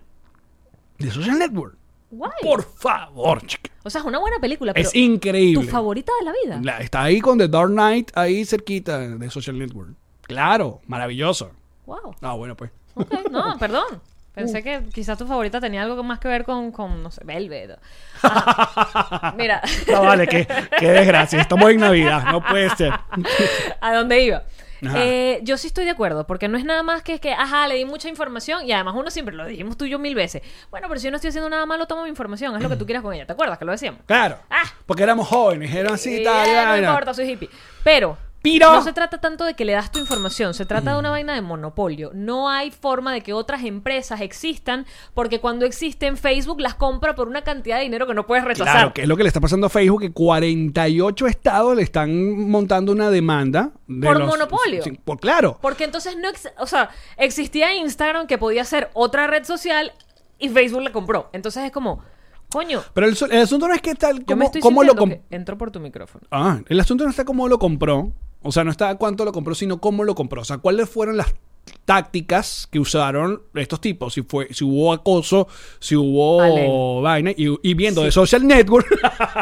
De Social Network.
Guay.
Por favor, chica.
O sea, es una buena película, pero
Es increíble.
tu favorita de la vida.
La- está ahí con The Dark Knight, ahí cerquita de Social Network. Claro, maravilloso.
Wow.
Ah, bueno, pues.
Ok, no, perdón. Pensé que quizás tu favorita tenía algo más que ver con, con no sé, Velvet. Ajá. Mira.
No, vale, qué, qué desgracia. Estamos en Navidad, no puede ser.
¿A dónde iba?
Ajá.
Eh, yo sí estoy de acuerdo, porque no es nada más que, que, ajá, le di mucha información y además uno siempre lo dijimos tú y yo mil veces. Bueno, pero si yo no estoy haciendo nada malo, toma mi información, haz lo que tú quieras con ella. ¿Te acuerdas que lo decíamos?
Claro.
Ah.
Porque éramos jóvenes, eran así, tal,
Eh,
tal,
no
tal.
importa, soy hippie. Pero
piro.
No se trata tanto de que le das tu información, se trata de una vaina de monopolio. No hay forma de que otras empresas existan, porque cuando existen, Facebook las compra por una cantidad de dinero que no puedes rechazar.
Claro, que es lo que le está pasando a Facebook, que 48 estados le están montando una demanda. de
Por monopolio.
sí, por, claro.
Porque entonces no, ex- o sea, existía Instagram que podía ser otra red social y Facebook la compró. Entonces es como, coño,
Pero el, su- el asunto no es que tal,
yo me
como
estoy
cómo lo
sintiendo
comp-
que entró por tu micrófono.
Ah, el asunto no está cómo lo compró. O sea, no está cuánto lo compró, sino cómo lo compró. O sea, cuáles fueron las tácticas que usaron estos tipos. Si fue, si hubo acoso, si hubo
Ale.
vaina. Y, y viendo de social network,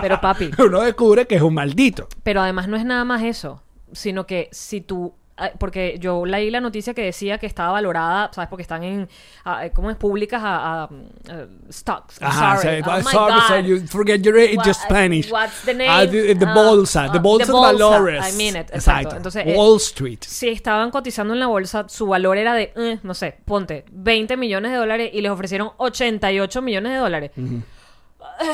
Pero papi,
uno descubre que es un maldito.
pero además no es nada más eso, sino que si tú ah, porque yo leí la noticia que decía que estaba valorada, ¿sabes? Porque están en, ah, ¿cómo es? Públicas a, a, eh, stocks.
Ajá,
sorry.
o sea,
Oh my
sorry,
God.
sorry, you forget your, it's
Wha-
just Spanish.
what's the name?
Ah, the, the
Ah,
bolsa,
ah,
the bolsa
the
de
bolsa,
valores.
I mean it, exacto. Entonces, eh,
Wall Street.
si estaban cotizando en la bolsa, su valor era de, eh, no sé, ponte, 20 millones de dólares y les ofrecieron 88 millones de dólares.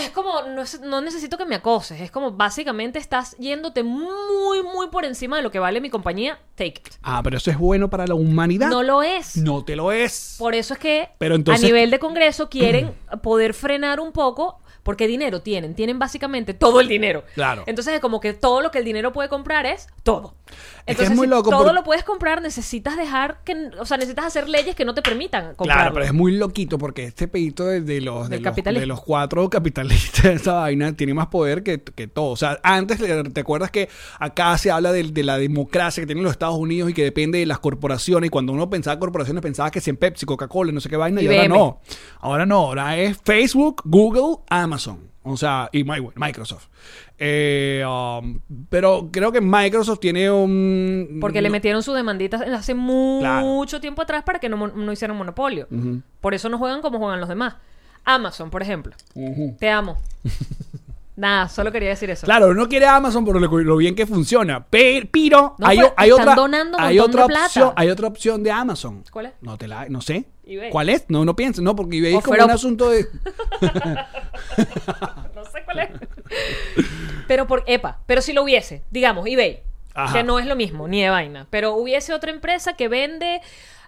Es como, no, es- no necesito que me acoses. Es como, básicamente estás yéndote muy, muy por encima de lo que vale mi compañía. Take it.
Ah, pero eso es bueno para la humanidad.
No lo es.
No te lo es.
Por eso es que
Pero entonces-
a nivel de Congreso quieren poder frenar un poco porque dinero tienen, tienen básicamente todo el dinero.
Claro.
Entonces es como que todo lo que el dinero puede comprar es todo.
que
Entonces
es muy
si
loco
todo
porque-
lo puedes comprar, necesitas dejar que, o sea, necesitas hacer leyes que no te permitan comprarlo.
Claro, pero es muy loquito porque este pedito de, de los, de
Del
los,
capitalismo.
de los cuatro capitalistas de esa vaina tiene más poder que, que todo. O sea, antes, le- ¿te acuerdas que acá se habla de, de la democracia que tienen los Estados Unidos y que depende de las corporaciones? Y cuando uno pensaba en corporaciones, pensaba que si en Pepsi, Coca-Cola, no sé qué vaina, y, ahora
IBM.
no. Ahora no, ahora es Facebook, Google, Amazon. O sea, y mi- bueno, Microsoft. Eh, um, pero creo que Microsoft tiene un...
Porque le metieron su demandita hace mu-
Claro.
mucho tiempo atrás para que no, mon- no hicieran monopolio. Por eso no juegan como juegan los demás. Amazon, por ejemplo.
Ujú.
Te amo. Nada, solo quería decir eso.
Claro, uno quiere Amazon por lo, lo bien que funciona. pe- Pero,
No,
hay,
pero
hay
están
otra.
donando un
hay
montón
otra
de plata.
opción. Hay otra opción de Amazon.
¿Cuál es?
No te la, no sé.
eBay.
¿Cuál es? No, no pienses. No, porque eBay es como
Offerup.
un asunto de.
No sé cuál es. pero por, epa, pero si lo hubiese, digamos, eBay,
Ajá.
que no es lo mismo, ni de vaina, pero hubiese otra empresa que vende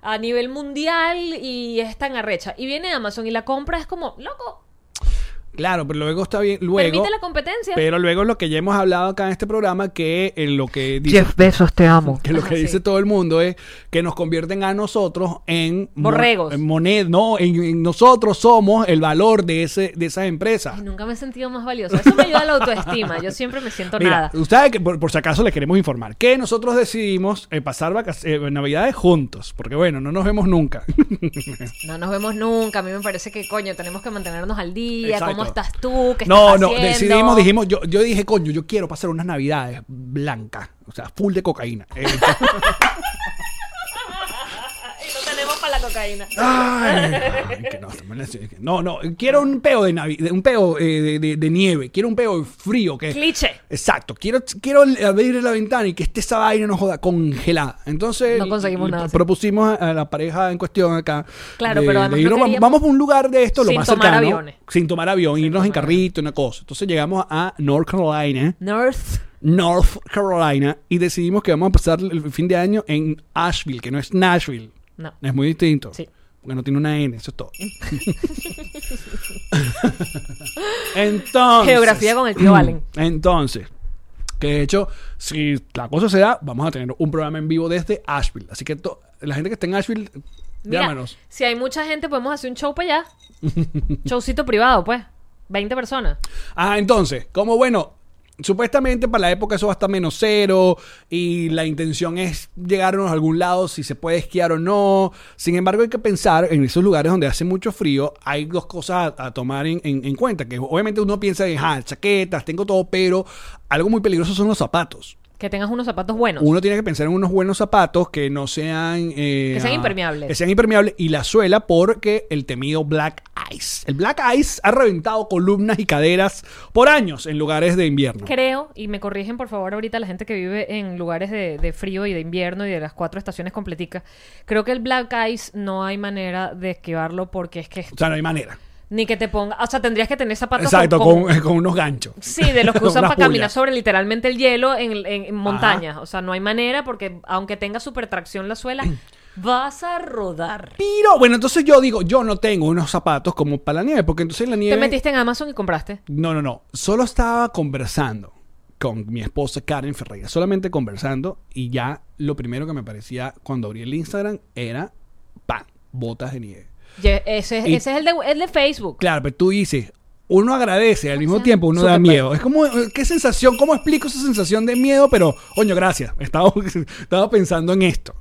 a nivel mundial y es tan arrecha. Y viene Amazon y la compra es como, loco,
Claro, pero luego está bien. Luego.
permite la competencia.
Pero luego lo que ya hemos hablado acá en este programa, que en lo que dice.
Jeff Bezos, te amo.
Que lo
Ajá,
que
sí.
dice todo el mundo es que nos convierten a nosotros en mon-
Borregos.
en moned- no, en, en nosotros somos el valor de ese, de esas empresas.
Ay, nunca me he sentido más valiosa. Eso me ayuda a la autoestima. Yo siempre me siento
Mira,
nada.
ustedes, que por, por si acaso les queremos informar que nosotros decidimos eh, pasar vacas- eh, Navidades juntos, porque bueno, no nos vemos nunca.
No nos vemos nunca. A mí me parece que, coño, tenemos que mantenernos al día.
Exacto.
¿Cómo estás tú? ¿Qué
no,
estás
no,
haciendo?
decidimos, dijimos, yo, yo dije, coño, yo quiero pasar unas Navidades blancas, o sea, full de cocaína. Eh,
Ah, Y no tenemos para la cocaína.
ay, ay, que no, que no, no, quiero un peo de Navi- de- un peo eh, de, de- de nieve, quiero un peo frío que
Cliché.
Exacto, quiero, quiero abrir la ventana y que esté esa vaina no joda congelada. Entonces
No conseguimos
le
nada, sí.
propusimos a a la pareja en cuestión acá.
Claro,
de-
pero
de
además no
irnos, va-
queríamos-
vamos a un lugar de esto lo
Sin
más
tomar
cercano,
aviones.
sin tomar avión, irnos en
tomar
carrito, una cosa. Entonces llegamos a North Carolina,
North.
North Carolina y decidimos que vamos a pasar el fin de año en Asheville, que no es Nashville,
No.
es muy distinto.
Sí.
Porque no tiene una N, eso es todo. Entonces.
Geografía con el tío Allen.
Entonces, que de hecho, si la cosa se da, vamos a tener un programa en vivo desde Asheville. Así que to- la gente que está en Asheville,
Mira,
llámanos.
Si hay mucha gente, podemos hacer un show para allá. Showcito privado, pues. 20 personas.
Ah, entonces, como bueno, supuestamente para la época eso va a estar menos cero y la intención es llegarnos a algún lado si se puede esquiar o no. Sin embargo, hay que pensar en esos lugares donde hace mucho frío, hay dos cosas a, a tomar en, en- en cuenta, que obviamente uno piensa en ah, chaquetas, tengo todo, pero algo muy peligroso son los zapatos.
Que tengas unos zapatos buenos.
Uno tiene que pensar en unos buenos zapatos que no sean... eh,
Que sean
ah,
impermeables.
Que sean impermeables y la suela porque el temido Black Ice. El Black Ice ha reventado columnas y caderas por años en lugares de invierno.
Creo, y me corrigen por favor ahorita la gente que vive en lugares de, de frío y de invierno y de las cuatro estaciones completicas, creo que el black ice no hay manera de esquivarlo porque es que
O sea, no hay manera.
Ni que te ponga. O sea, tendrías que tener zapatos con-
Exacto,
con-
con, eh, con unos ganchos.
Sí, de los que
Con
usan
unas
para caminar
pulgas.
sobre literalmente el hielo en, en- en montañas.
Ajá.
O sea, no hay manera porque aunque tenga supertracción la suela, vas a rodar.
Pero bueno, entonces yo digo, yo no tengo unos zapatos como para la nieve, porque entonces la nieve.
Te metiste en Amazon y compraste.
No, no, no. Solo estaba conversando con mi esposa Karen Ferreira. Solamente conversando. Y ya lo primero que me parecía cuando abrí el Instagram era pan, botas de nieve.
Ye- Ese, es-
Y-
ese es el de, el de Facebook.
Claro, pero tú dices, uno agradece, al mismo tiempo uno da
súper
miedo. Es como, eh, ¿qué sensación? ¿Cómo explico esa sensación de miedo? Pero, oño, gracias. Estaba, estaba pensando en esto.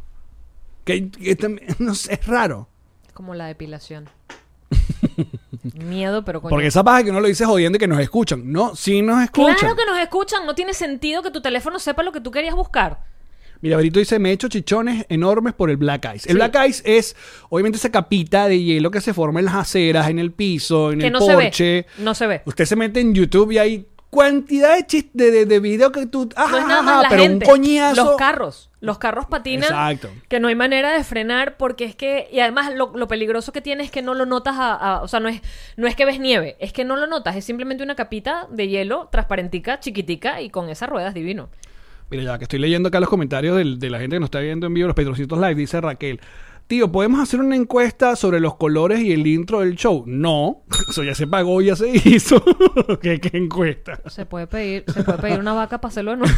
Que, que tam- no sé, es raro.
Como la depilación. Miedo, pero coño.
Porque esa paja que uno lo dice jodiendo y que nos escuchan. No, sí nos escuchan.
Claro que nos escuchan. No tiene sentido que tu teléfono sepa lo que tú querías buscar.
Mira, Brito dice, me he hecho chichones enormes por el black ice. El black ice es, obviamente, esa capita de hielo que se forma en las aceras, en el piso, en
Que
el
no
porche.
se ve. No se ve.
Usted se mete en YouTube y hay cantidad de chistes de, de, de video que tú... Ah,
No es
ah,
nada
ah,
más la
pero
gente.
un coñazo.
Los carros. Los carros patinan.
Exacto.
Que no hay manera de frenar porque es que... Y además lo, lo peligroso que tiene es que no lo notas a... a- o sea, no es, no es que ves nieve. Es que no lo notas. Es simplemente una capita de hielo transparentica, chiquitica y con esas ruedas divino.
Mira, ya que estoy leyendo acá los comentarios del- de la gente que nos está viendo en vivo, los Petrocitos Live, dice Raquel. Tío, ¿podemos hacer una encuesta sobre los colores y el intro del show? No, eso ya se pagó, ya se hizo. ¿Qué, qué encuesta?
Se puede pedir, se puede pedir una vaca para hacerlo de nuevo.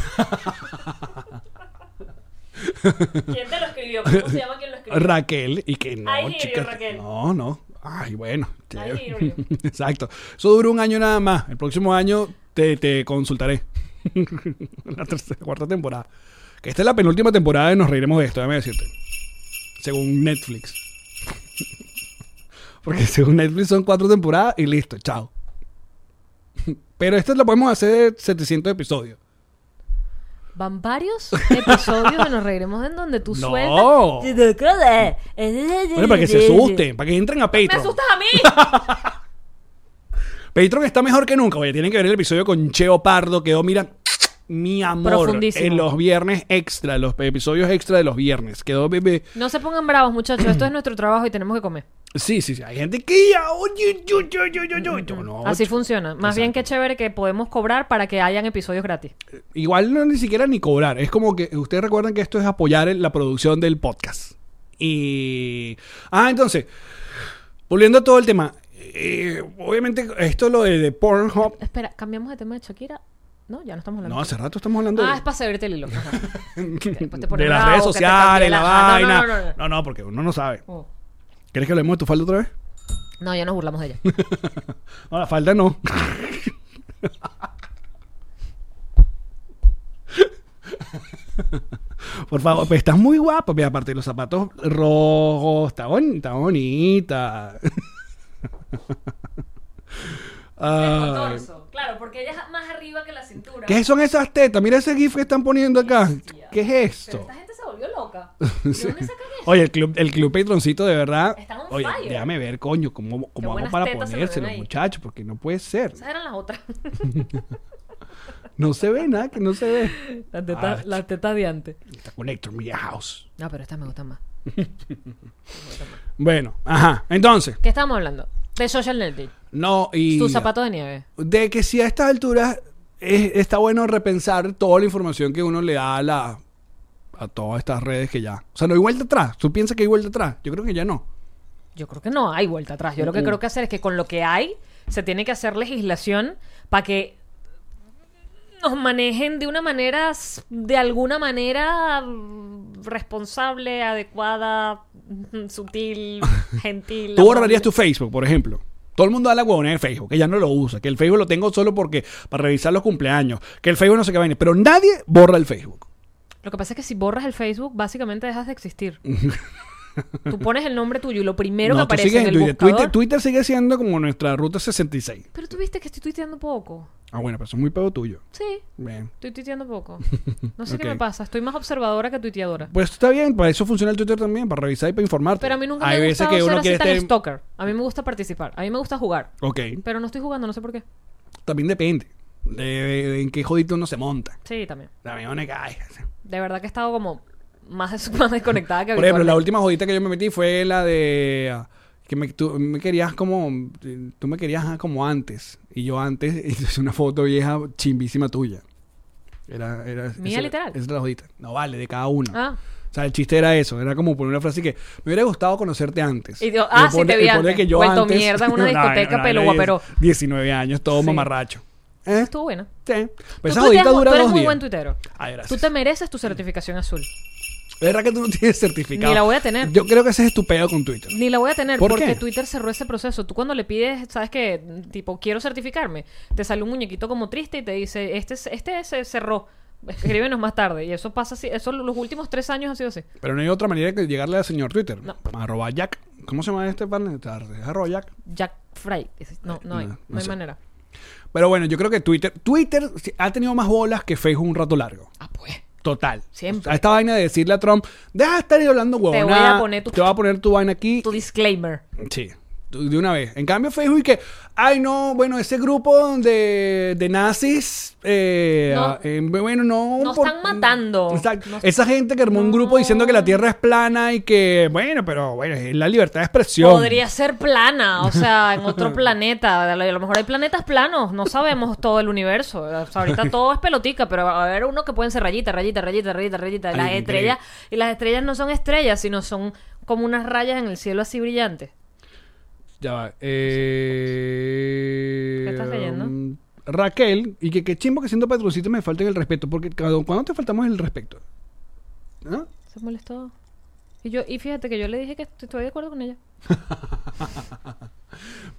¿Quién te lo escribió? ¿Cómo se llama quien lo escribió?
Raquel y que no,
I hear you,
chicas,
Raquel.
No, no. Ay, bueno.
I
chévere.
hear you.
Exacto. Eso duró un año nada más. El próximo año te, te consultaré. la tercera, cuarta temporada. Que esta es la penúltima temporada de Nos Reiremos de esto, déjame decirte. Según Netflix. Porque según Netflix son cuatro temporadas y listo, chao. Pero esta la podemos hacer de 700 episodios.
Van varios episodios de Nos Reiremos en donde tú
No.
sueltas.
Bueno, para que se asusten, para que entren a
¡Me
Patreon.
asustas a mí!
Patreon está mejor que nunca. Oye, tienen que ver el episodio con Cheo Pardo. Quedó, mira, mi amor.
Profundísimo.
En los viernes extra, los episodios extra de los viernes. Quedó, bebé.
No se pongan bravos, muchachos. Esto es nuestro trabajo y tenemos que comer.
Sí, sí, sí. Hay gente que ya. Oye, yo, yo, yo, yo, yo, yo. No,
Así
ch-
funciona. Más bien que chévere que podemos cobrar para que hayan episodios gratis.
Igual no ni siquiera ni cobrar. Es como que ustedes recuerdan que esto es apoyar en la producción del podcast. Y. Ah, entonces. Volviendo a todo el tema. eh, obviamente, esto lo de, de Pornhub.
Espera, ¿cambiamos de tema de Shakira? No, ya no estamos hablando.
No, hace rato estamos hablando
Ah,
de.
es para servirte el hilo. Ajá. después te
de
pones
las
bravo,
redes
que te
sociales,
cambia
la
la- Ah, no, no,
vaina. No no,
no, no.
porque uno no sabe.
Oh.
¿Quieres que hablemos de tu falda otra vez?
No, ya nos burlamos de ella.
No, la falda no. Por favor, pues estás muy guapa. Mira, aparte de los zapatos rojos, está, bon- está bonita. Ay,
Claro, porque ella es más arriba que la cintura.
¿Qué son esas tetas? Mira ese gif que están poniendo acá. ¿Qué es esto?
gente se volvió loca.
Sí. Oye, el club, el club Patroncito, de verdad.
Están on
Oye,
fire.
déjame ver, coño, cómo,
Qué
cómo hago
buenas
para
tetas se me ven
ponérselo,
ahí.
muchachos, porque no puede ser.
Esas eran las otras.
No se ve nada, que no se ve.
Las
tetas- Ah,
las tetas de antes.
Está con Hector Media House.
No, pero estas me gustan más.
Bueno, ajá. Entonces,
¿Qué estábamos hablando? De Social Network.
no, y.
Tus zapatos de nieve.
De que si a estas alturas es- está bueno repensar toda la información que uno le da a la. A todas estas redes que ya. O sea, no hay vuelta atrás. ¿Tú piensas que hay vuelta atrás? Yo creo que ya no.
Yo creo que no hay vuelta atrás. Yo lo
Uh.
que creo que hacer es que con lo que hay se tiene que hacer legislación para que nos manejen de una manera, s- de alguna manera mm, responsable, adecuada, mm, sutil, gentil.
Tú
amable.
borrarías tu Facebook, por ejemplo. Todo el mundo da la huevonera de Facebook, que ya no lo usa, que el Facebook lo tengo solo porque para revisar los cumpleaños, que el Facebook no sé qué vaina, pero nadie borra el Facebook.
Lo que pasa es que si borras el Facebook, básicamente dejas de existir. Tú pones el nombre tuyo y lo primero que
no, tú
aparece
sigues
en
en
el
Twitter.
buscador.
Twitter. Twitter sigue siendo como nuestra ruta 66.
Pero tú viste que estoy tuiteando poco.
Ah, bueno, pero eso es muy pedo tuyo.
Sí,
Bien.
estoy tuiteando poco. No sé qué
Ok.
me pasa. Estoy más observadora que tuiteadora.
Pues está bien, para eso funciona el Twitter también, para revisar y para informarte.
Pero a mí nunca
Hay
me ha
veces
gustado
que
ser
uno
así
quiere
tan
estar...
stalker. A mí me gusta participar. A mí me gusta jugar.
Ok,
Pero no estoy jugando, no sé por qué.
también depende de, de- de en qué jodito uno se monta.
Sí, también.
La me cae.
De verdad que he estado como más, des- más desconectada que
Por ejemplo, la
habitualmente.
última jodita que yo me metí fue la de... ah, que me, tú me querías como, tú me querías ah, como antes. Y yo antes, es una foto vieja chimbísima tuya. Era, era,
¿Mía
esa-
literal?
Esa es la jodita. No vale, de cada uno.
Ah.
O sea, el chiste era eso, era como poner una frase que me hubiera gustado conocerte antes.
Y yo, ah, sí, te vi antes. Vuelto mierda en una
No, no,
discoteca,
no,
pelo
no,
guaperó.
19 años, todo
Sí.
mamarracho. ¿Eh?
Estuvo buena.
Sí. Pero
tú,
Pues esa
tú
jodita
eres-
dura
tú eres
dos
muy
días.
buen tuitero.
Ay,
Tú
gracias.
te mereces tu certificación azul.
¿Verdad que tú no tienes certificado?
Ni la voy a tener.
Yo creo que ese es tu pedo con Twitter.
Ni la voy a tener
¿Por
porque
qué?
Twitter cerró ese proceso. Tú cuando le pides, sabes que, tipo, quiero certificarme, te sale un muñequito como triste y te dice, este, es- este se cerró, escríbenos más tarde. Y eso pasa así, eso los últimos tres años ha sido así.
Pero no hay otra manera que llegarle al señor Twitter.
No.
Arroba Jack. ¿Cómo se llama este partner? Tarde. Arroba Jack.
Jack Fry. dice, No, no hay,
No,
no,
no
hay
sé.
manera.
Pero bueno, yo creo que Twitter... Twitter sí, ha tenido más bolas que Facebook un rato largo.
Ah, pues.
Total.
Siempre.
O sea, esta vaina de decirle a Trump, deja de estar hablando huevona.
voy a poner tu-
Te voy a poner tu vaina aquí.
Tu disclaimer.
Sí. tú- De una vez. En cambio, Facebook y que, ay, no, bueno, ese grupo de, de nazis, eh,
No.
ah, eh, bueno, no.
No están matando.
Exacto.
No-
Esa gente que armó un grupo diciendo que la tierra es plana y que, bueno, pero bueno, es la libertad de expresión.
Podría ser plana, o sea, en otro planeta. A lo a lo mejor hay planetas planos, no sabemos todo el universo. O sea, ahorita todo es pelotica, pero va a haber uno que pueden ser rayitas, rayitas, rayitas, rayitas, rayitas. Las
Ay,
estrellas, y las estrellas no son estrellas, sino son como unas rayas en el cielo así brillantes.
Ya va. Eh,
¿Qué estás leyendo?
um, Raquel, y que qué chimbo que siendo patroncito me falten el respeto, porque cuando cuando te faltamos el respeto? ¿Ah? ¿No?
Se molestó. Y yo, y fíjate que yo le dije que est- estoy de acuerdo con ella.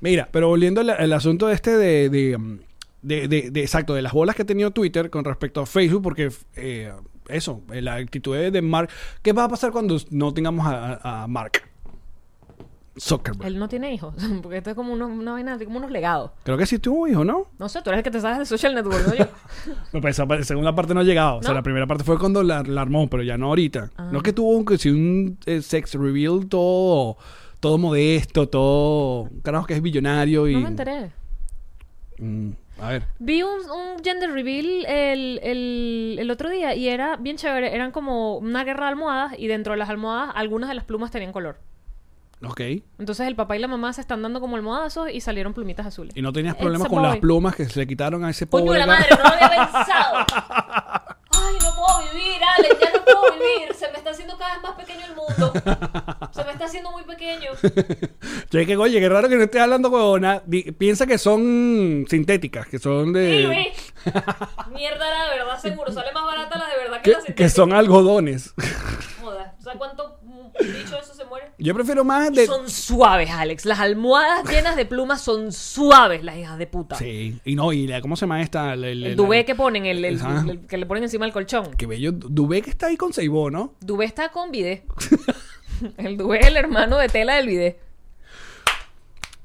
Mira, pero volviendo al, al asunto este de, de, mm, de- de- de- exacto, de las bolas que ha tenido Twitter con respecto a Facebook, porque eh, eso, eh, la actitud de de Mark. ¿Qué va a pasar cuando no tengamos a, a- a Mark Zuckerberg?
Él no tiene hijos, porque esto es como unos, una vaina, como unos legados.
Creo que sí tuvo hijo, ¿no?
No sé, tú eres el que te sabes de social network, ¿no? Yo.
No, pues esa pa- segunda parte no ha llegado. O sea,
¿No?
la primera parte fue cuando la, la armó, pero ya no ahorita.
Ah.
No es que tuvo un, que sí, un eh, sex reveal todo, todo modesto, todo. un Carajo que es billonario y.
No me enteré.
Mm, a ver.
Vi un, un gender reveal el, el, el otro día y era bien chévere. Eran como una guerra de almohadas y dentro de las almohadas algunas de las plumas tenían color.
Ok.
Entonces el papá y la mamá se están dando como almohadazos y salieron plumitas azules.
Y no tenías
It's
problemas
a
con las
boy.
plumas que se le quitaron a ese pobre.
Coño de la
gato.
madre, no lo había pensado. Ay, no puedo vivir, Ale, ya no puedo vivir. Se me está haciendo cada vez más pequeño el mundo. Se me está haciendo muy pequeño.
Yo dije, oye, qué raro que no estés hablando huevona. Di- Piensa que son sintéticas, que son
Sí,
de.
Luis. Mierda, la de verdad seguro. Sale más barata la de verdad que,
Que,
la
que
sintética.
son algodones.
Joda. O sea, ¿cuánto bicho de eso se muere?
Yo prefiero más de.
Son suaves, Alex. Las almohadas llenas de plumas son suaves, las hijas de puta.
Sí. Y no, y la, ¿cómo se llama esta? El, el-
El
el-
dubé que ponen, el, el-
Ajá.
el que le ponen encima del colchón.
Qué bello. Dubé que está ahí con Seibo, ¿no?
Dubé está con bidé. El dubé es el hermano de tela del bidé.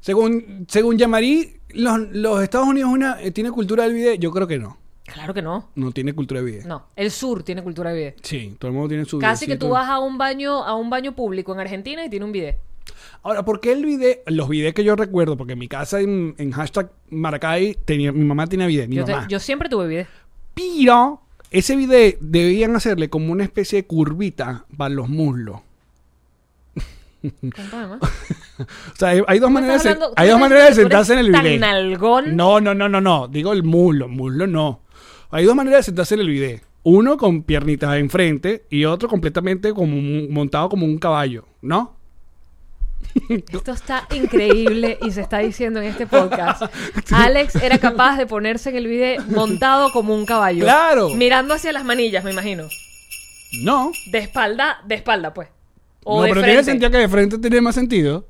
Según, según Yamari, los, los Estados Unidos una, eh, tiene cultura del video. Yo creo que no.
Claro que no.
No tiene cultura del video.
No. El sur tiene cultura de bidé.
Sí, todo el mundo tiene su
Casi que
videíto.
tú vas a un baño, a un baño público en Argentina y tiene un bidé.
Ahora, ¿por qué el video? Los videos que yo recuerdo, porque en mi casa en, en hashtag Maracay, tenía, mi mamá tenía video. Mi
Yo, te-
mamá.
yo siempre tuve bidé.
Pero ese video debían hacerle como una especie de curvita para los muslos. Mm.
Cuéntame más.
O sea, hay, hay dos
¿Tú estás
maneras, de,
hablando-
hay dos
tú estás
maneras de
diciendo que tú
sentarse en
eres
el video.
tan nalgón?
No, no, no, no, no. Digo el muslo, muslo no. Hay dos maneras de sentarse en el video. Uno con piernitas enfrente y otro completamente como un- montado como un caballo, ¿no?
Esto está increíble y se está diciendo en este podcast. Alex era capaz de ponerse en el video montado como un caballo.
¡Claro!
Mirando hacia las manillas, me imagino.
No.
De espalda, de espalda, pues. O
no,
de
pero
frente.
tiene sentido que de frente tiene más sentido.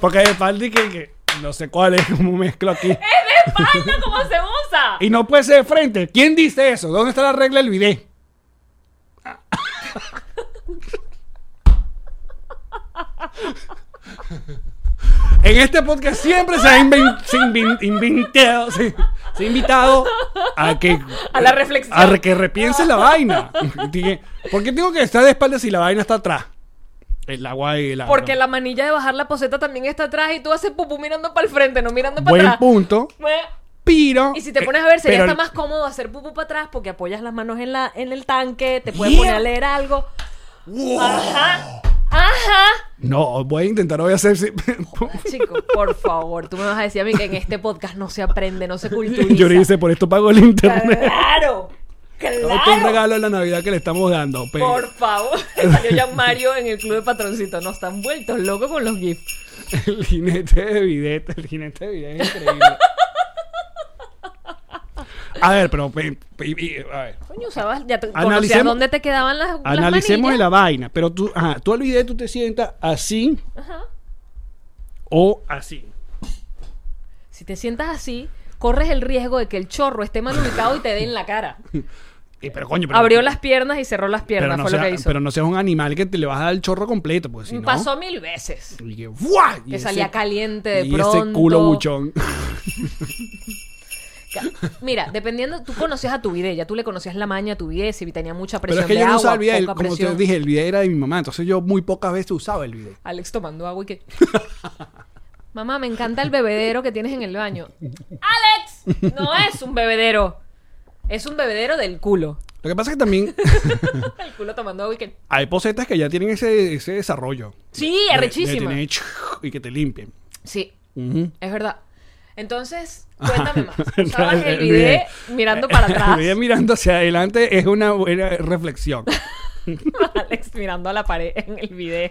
Porque de espalda y que, que no sé cuál es como mezclo aquí.
¡Es de espalda como se usa!
Y no puede ser de frente. ¿Quién dice eso? ¿Dónde está la regla del video? En este podcast siempre se ha inven- se invin- inventado- se- se ha invitado a que
A la reflexión.
a que repiense la vaina. Dije, ¿Por qué tengo que estar de espaldas si la vaina está atrás? El agua y el agua.
Porque la manilla de bajar la poseta también está atrás y tú haces pupú mirando para el frente, no mirando para
Buen
atrás.
punto.
Bueno,
Pero.
Y si te pones a ver, sería
pero-
hasta más cómodo hacer pupú para atrás porque apoyas las manos en, la, en el tanque, te puedes
Yeah.
poner a leer algo. Ajá. Ajá.
No, voy a intentar hoy hacer. si-
Chico, por favor, tú me vas a decir a mí que en este podcast no se aprende, no se culturiza.
Yo le hice, por esto pago el internet.
Claro.
Otro un
Claro.
regalo de la Navidad que le estamos dando. pero-
Por favor. Salió ya Mario en el club de patroncito. Nos están vueltos locos con los gifs.
El jinete de Videte, el jinete de Videte es increíble. A ver, pero pe- pe- y- a ver,
Coño, usabas, ya te,
Analicemos-
conocías dónde te quedaban las, las
analicemos
manillas.
la vaina, pero tú, ajá, tú al bidet tú te sientas así o así.
Si te sientas así, corres el riesgo de que el chorro esté mal ubicado y te dé en la cara.
Y, pero coño, pero,
Abrió las piernas y cerró las piernas,
pero no
fue
sea-
lo que hizo.
pero no seas un animal que te le vas a dar el chorro completo, pues si no.
Pasó mil veces.
y que, ¡fua! Y
Que
ese-
salía caliente de
y
pronto.
ese culo buchón.
Ca- Mira, dependiendo, tú conocías a tu vida, ya tú le conocías la maña a tu vida, si tenía mucha
Pero
presión
es que
de
yo no
agua,
usaba el bidet,
poca
como te
presión.
dije, el bidet era de mi mamá, entonces yo muy pocas veces usaba el bidet.
Alex tomando agua y que. Mamá, me encanta el bebedero que tienes en el baño. ¡Alex! No es un bebedero. Es un bebedero del culo.
Lo que pasa es que también
El culo tomando agua y que.
hay posetas que ya tienen ese, ese desarrollo.
Sí,
de-
arrechísima.
de tener ch- y que te limpien.
Sí,
Ujú.
es verdad. Entonces, cuéntame más. Usabas
Entonces,
el
el bidet.
bidet mirando para
El video
atrás.
mirando hacia adelante es una buena reflexión.
Alex mirando a la pared en el bidet.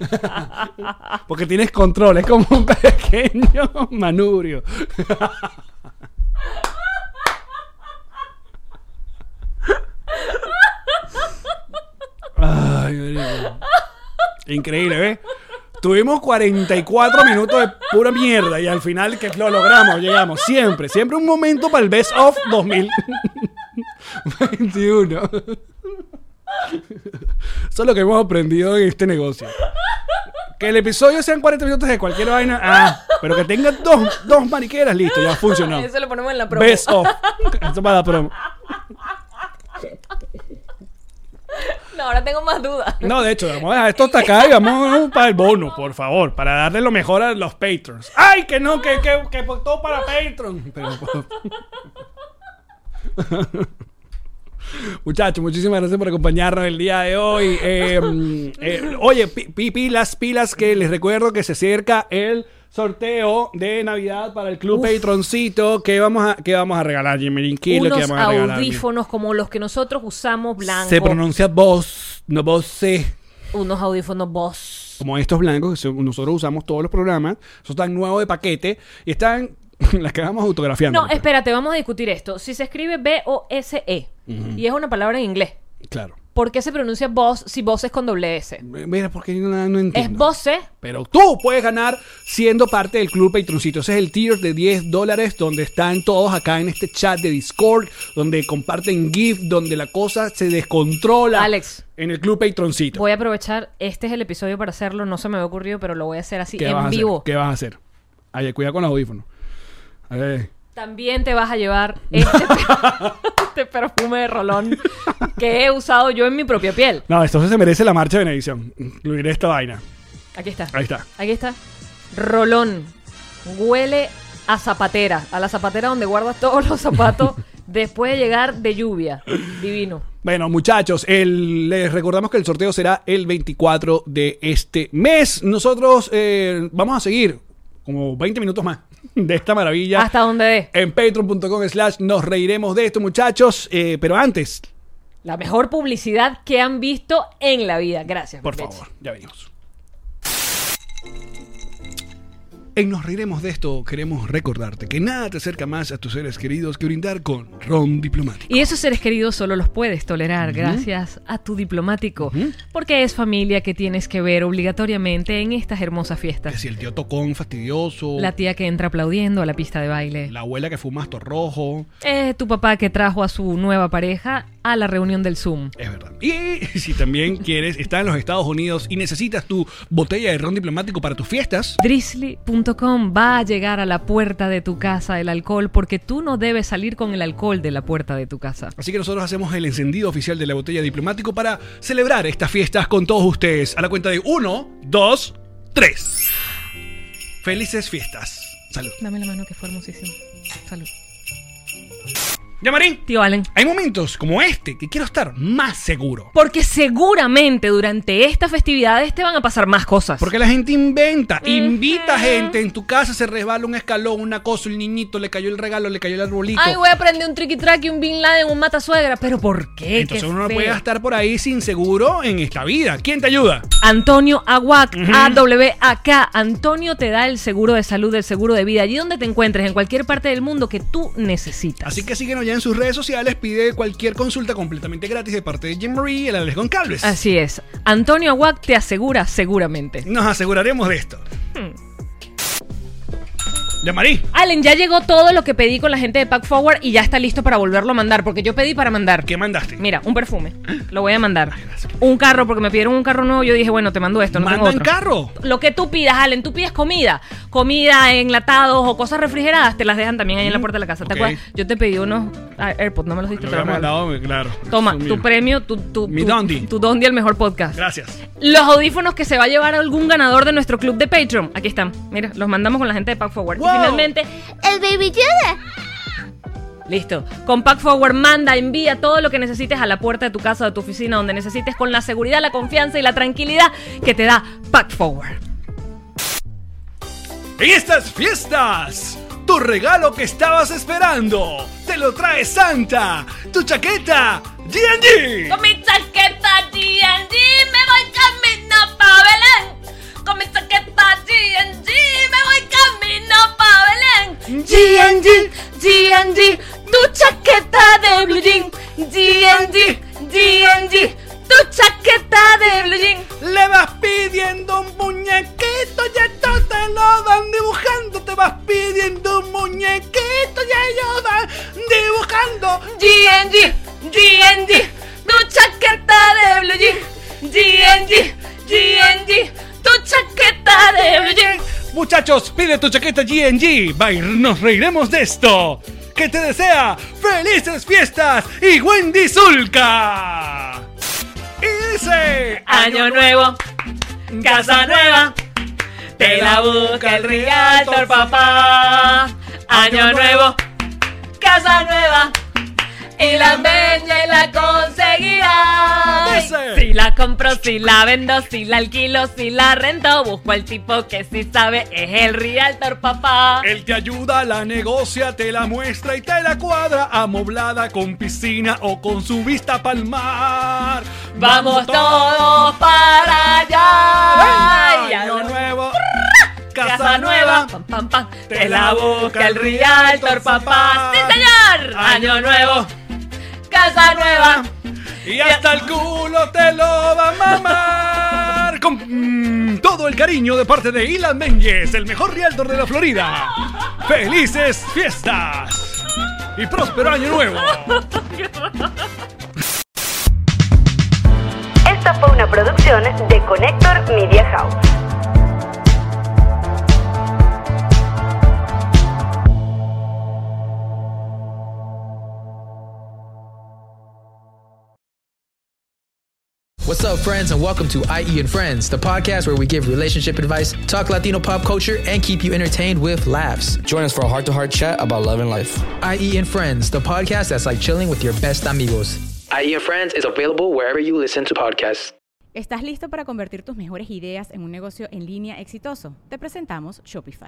Porque tienes control, es como un pequeño manubrio. Ay, marico. Increíble, ¿ves? Tuvimos 44 minutos de pura mierda y al final que lo logramos, llegamos. Siempre, siempre un momento para el Best of 2021. Eso es lo que hemos aprendido en este negocio. Que el episodio sean 40 minutos de cualquier vaina. Ah, pero que tenga dos, dos mariqueras, listo, ya funcionó.
Eso lo ponemos en la promo.
Best of. Esto para la promo.
No, ahora tengo más dudas.
No, de hecho, vamos a dejar esto hasta acá y vamos para el bonus, por favor, para darle lo mejor a los patrons. ¡Ay, que no! Que, que, que por todo para patrons! Pero, pues. por- Muchachos, muchísimas gracias por acompañarnos el día de hoy. Eh, mm, eh, oye, pi- pi- pilas, pilas, que les recuerdo que se acerca el sorteo de Navidad para el Club Patroncito. ¿Qué vamos a, qué vamos a regalar, Jimmy? ¿Qué es lo que
Unos
vamos a regalar? Jimmy?
audífonos como los que nosotros usamos blancos.
Se pronuncia voz, no voz C.
Unos audífonos Boss.
como estos blancos que son- nosotros usamos todos los programas, son tan nuevos de paquete y están las que vamos autografiando.
No, espérate, vamos a discutir esto. Si se escribe B-O-S-E E, y es una palabra en inglés,
Claro.
¿por qué se pronuncia Boss si Boss es con doble S?
Mira, porque yo no, no entiendo.
Es ¿eh? Bosse.
Pero tú puedes ganar siendo parte del Club Patroncito. Ese es el tier de 10 dólares donde están todos acá en este chat de Discord, donde comparten GIF, donde la cosa se descontrola.
Alex.
En el Club Patroncito.
Voy a aprovechar, este es el episodio para hacerlo, no se me había ocurrido, pero lo voy a hacer así
¿Qué
en
vas a hacer?
vivo.
¿Qué vas a hacer? Ay, cuidado con los audífonos. A ver.
También te vas a llevar este, per- este perfume de rolón que he usado yo en mi propia piel.
No, entonces se merece la marcha de bendición. Incluiré esta vaina.
Aquí está.
Ahí está.
Aquí está. Rolón. Huele a zapatera. A la zapatera donde guardas todos los zapatos después de llegar de lluvia. Divino.
Bueno, muchachos, el- les recordamos que el sorteo será el 24 de este mes. Nosotros eh, vamos a seguir como 20 minutos más de esta maravilla.
Hasta donde dé.
en patreon.com slash nos reiremos de esto, muchachos. Eh, pero antes,
La mejor publicidad que han visto en la vida. Gracias.
por
Bebeche.
favor, ya venimos. En Nos Reiremos de esto queremos recordarte que nada te acerca más a tus seres queridos que brindar con Ron Diplomático.
Y esos seres queridos solo los puedes tolerar gracias a tu diplomático, porque es familia que tienes que ver obligatoriamente en estas hermosas
Que
fiestas.
si el tío tocón fastidioso,
La
la,
tía que entra aplaudiendo a la pista de baile.
abuela que fuma astor rojo.
Eh, tu papá que trajo a su nueva pareja a la reunión del Zoom.
Es verdad. Y si también quieres, está en los Estados Unidos y necesitas tu botella de ron diplomático para tus fiestas.
Drizzly.com va a llegar a la puerta de tu casa el alcohol porque tú no debes salir con el alcohol de la puerta de tu casa.
Así que nosotros hacemos el encendido oficial de la botella diplomático para celebrar estas fiestas con todos ustedes. A la cuenta de 1, 2, 3. Felices fiestas. Salud.
Dame la mano que fue hermosísimo. Salud.
Yamarín,
Tío Allen.
hay momentos como este que quiero estar más seguro.
Porque seguramente durante estas festividades te van a pasar más cosas.
Porque la gente inventa, invita gente, en tu casa se resbala un escalón, una cosa, el niñito, le cayó el regalo, le cayó el arbolito.
Ay, voy a aprender un tricky track un Bin Laden, un matasuegra. ¿Pero por qué?
Entonces
Qué
uno no
feo.
puede estar por ahí sin seguro en esta vida. ¿Quién te ayuda?
Antonio Aguac, AWAK. Antonio te da el seguro de salud, el seguro de vida, allí donde te encuentres, en cualquier parte del mundo que tú necesitas.
Así que síguenos ya en sus redes sociales, pide cualquier consulta completamente gratis de parte de Jim Marie y el Alex Goncalves.
Así es. Antonio Aguac te asegura seguramente.
Nos aseguraremos de esto.
Hmm.
Yamarí,
Allen, ya llegó todo lo que pedí con la gente de Pack Forward y ya está listo para volverlo a mandar, porque yo pedí para mandar.
¿qué mandaste?
Mira, un perfume. Lo voy a mandar.
gracias.
Un carro, porque me pidieron un carro nuevo. Yo dije, bueno, te mando esto, no tengo
¿Mandan
otro.
carro?
Lo que tú pidas, Allen, tú pides comida, comida, enlatados o cosas refrigeradas, te las dejan también ahí en la puerta de la casa. ¿Te
Mm, Ok.
acuerdas? Yo te pedí unos ah, AirPods, no me los diste.
Lo
te los
había
regalo.
mandado, claro.
Toma,
Eso
tu
mismo.
premio, tu, tu,
Mi
tu-
Dondi.
tu Dondi al mejor podcast.
Gracias.
Los audífonos que se va a llevar algún ganador de nuestro club de Patreon. Aquí están. Mira, los mandamos con la gente de Pack Forward.
Wow.
Y finalmente, el Baby Yoda. Listo. Con Pack Forward manda, envía todo lo que necesites a la puerta de tu casa, de tu oficina, donde necesites, con la seguridad, la confianza y la tranquilidad que te da Pack Forward.
En estas fiestas, tu regalo que estabas esperando, te lo trae Santa, tu chaqueta, GG.
Con mi chaqueta G&G me voy camino pa' Belén. Con mi chaqueta G&G me voy camino pa' Belén. G&G, G&G, tu chaqueta de blue jean. G&G, G&G, tu chaqueta de blue jean.
Le vas pidiendo un muñequito y esto te lo van dibujando. Te vas pidiendo un muñequito y ellos van dibujando.
G&G, G&G, tu chaqueta de blue jean. G&G, G&G, tu chaqueta de blue jean.
Muchachos, pide tu chaqueta GNG. Bye, nos reiremos de esto. Que te desea felices fiestas y Wendy Zulka. Y dice...
Año nuevo, casa nueva, te la busca el Realtor, papá. Año nuevo, casa nueva, y la bella y la conseguirá.
Dice.
Si la compro, si la vendo, si la alquilo, si la rento, busco el tipo que sí sabe, es el Realtor, papá.
Él te ayuda, la negocia, te la muestra y te la cuadra, amoblada con piscina o con su vista pa'l mar.
Vamos todos para allá. Y
Año
ahora-
nuevo,
Casa nueva, pam, pam, pam, te la busca el
Rialto,
Rialtor, papá. ¡Sí, señor! Año nuevo, casa nueva.
Y hasta el culo te lo va a mamar. Con mm, todo el cariño de parte de Ilan Menges, el mejor realtor de la Florida. ¡Felices fiestas! Y próspero año nuevo.
Esta fue una producción de Connector Media House.
What's up, friends, and welcome to IE and Friends, the podcast where we give relationship advice, talk Latino pop culture, and keep you entertained with laughs.
Join us for a heart to heart chat about love and life.
IE and Friends, the podcast that's like chilling with your best amigos.
IE and Friends is available wherever you listen to podcasts.
¿Estás listo para convertir tus mejores ideas en un negocio en línea exitoso? Te presentamos Shopify.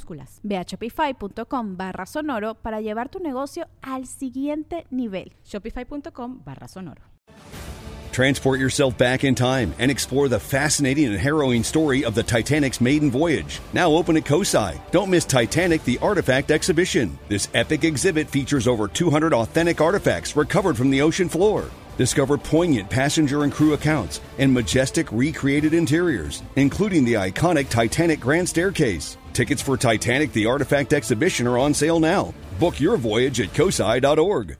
Ve a shopify.com barra sonoro para llevar tu negocio al siguiente nivel.
Shopify.com barra sonoro.
Transport yourself back in time and explore the fascinating and harrowing story of the Titanic's maiden voyage. Now open at COSI. Don't miss Titanic the Artifact Exhibition. This epic exhibit features over 200 authentic artifacts recovered from the ocean floor. Discover poignant passenger and crew accounts and majestic recreated interiors, including the iconic Titanic Grand Staircase. Tickets for Titanic the Artifact Exhibition are on sale now. Book your voyage at cosi.org.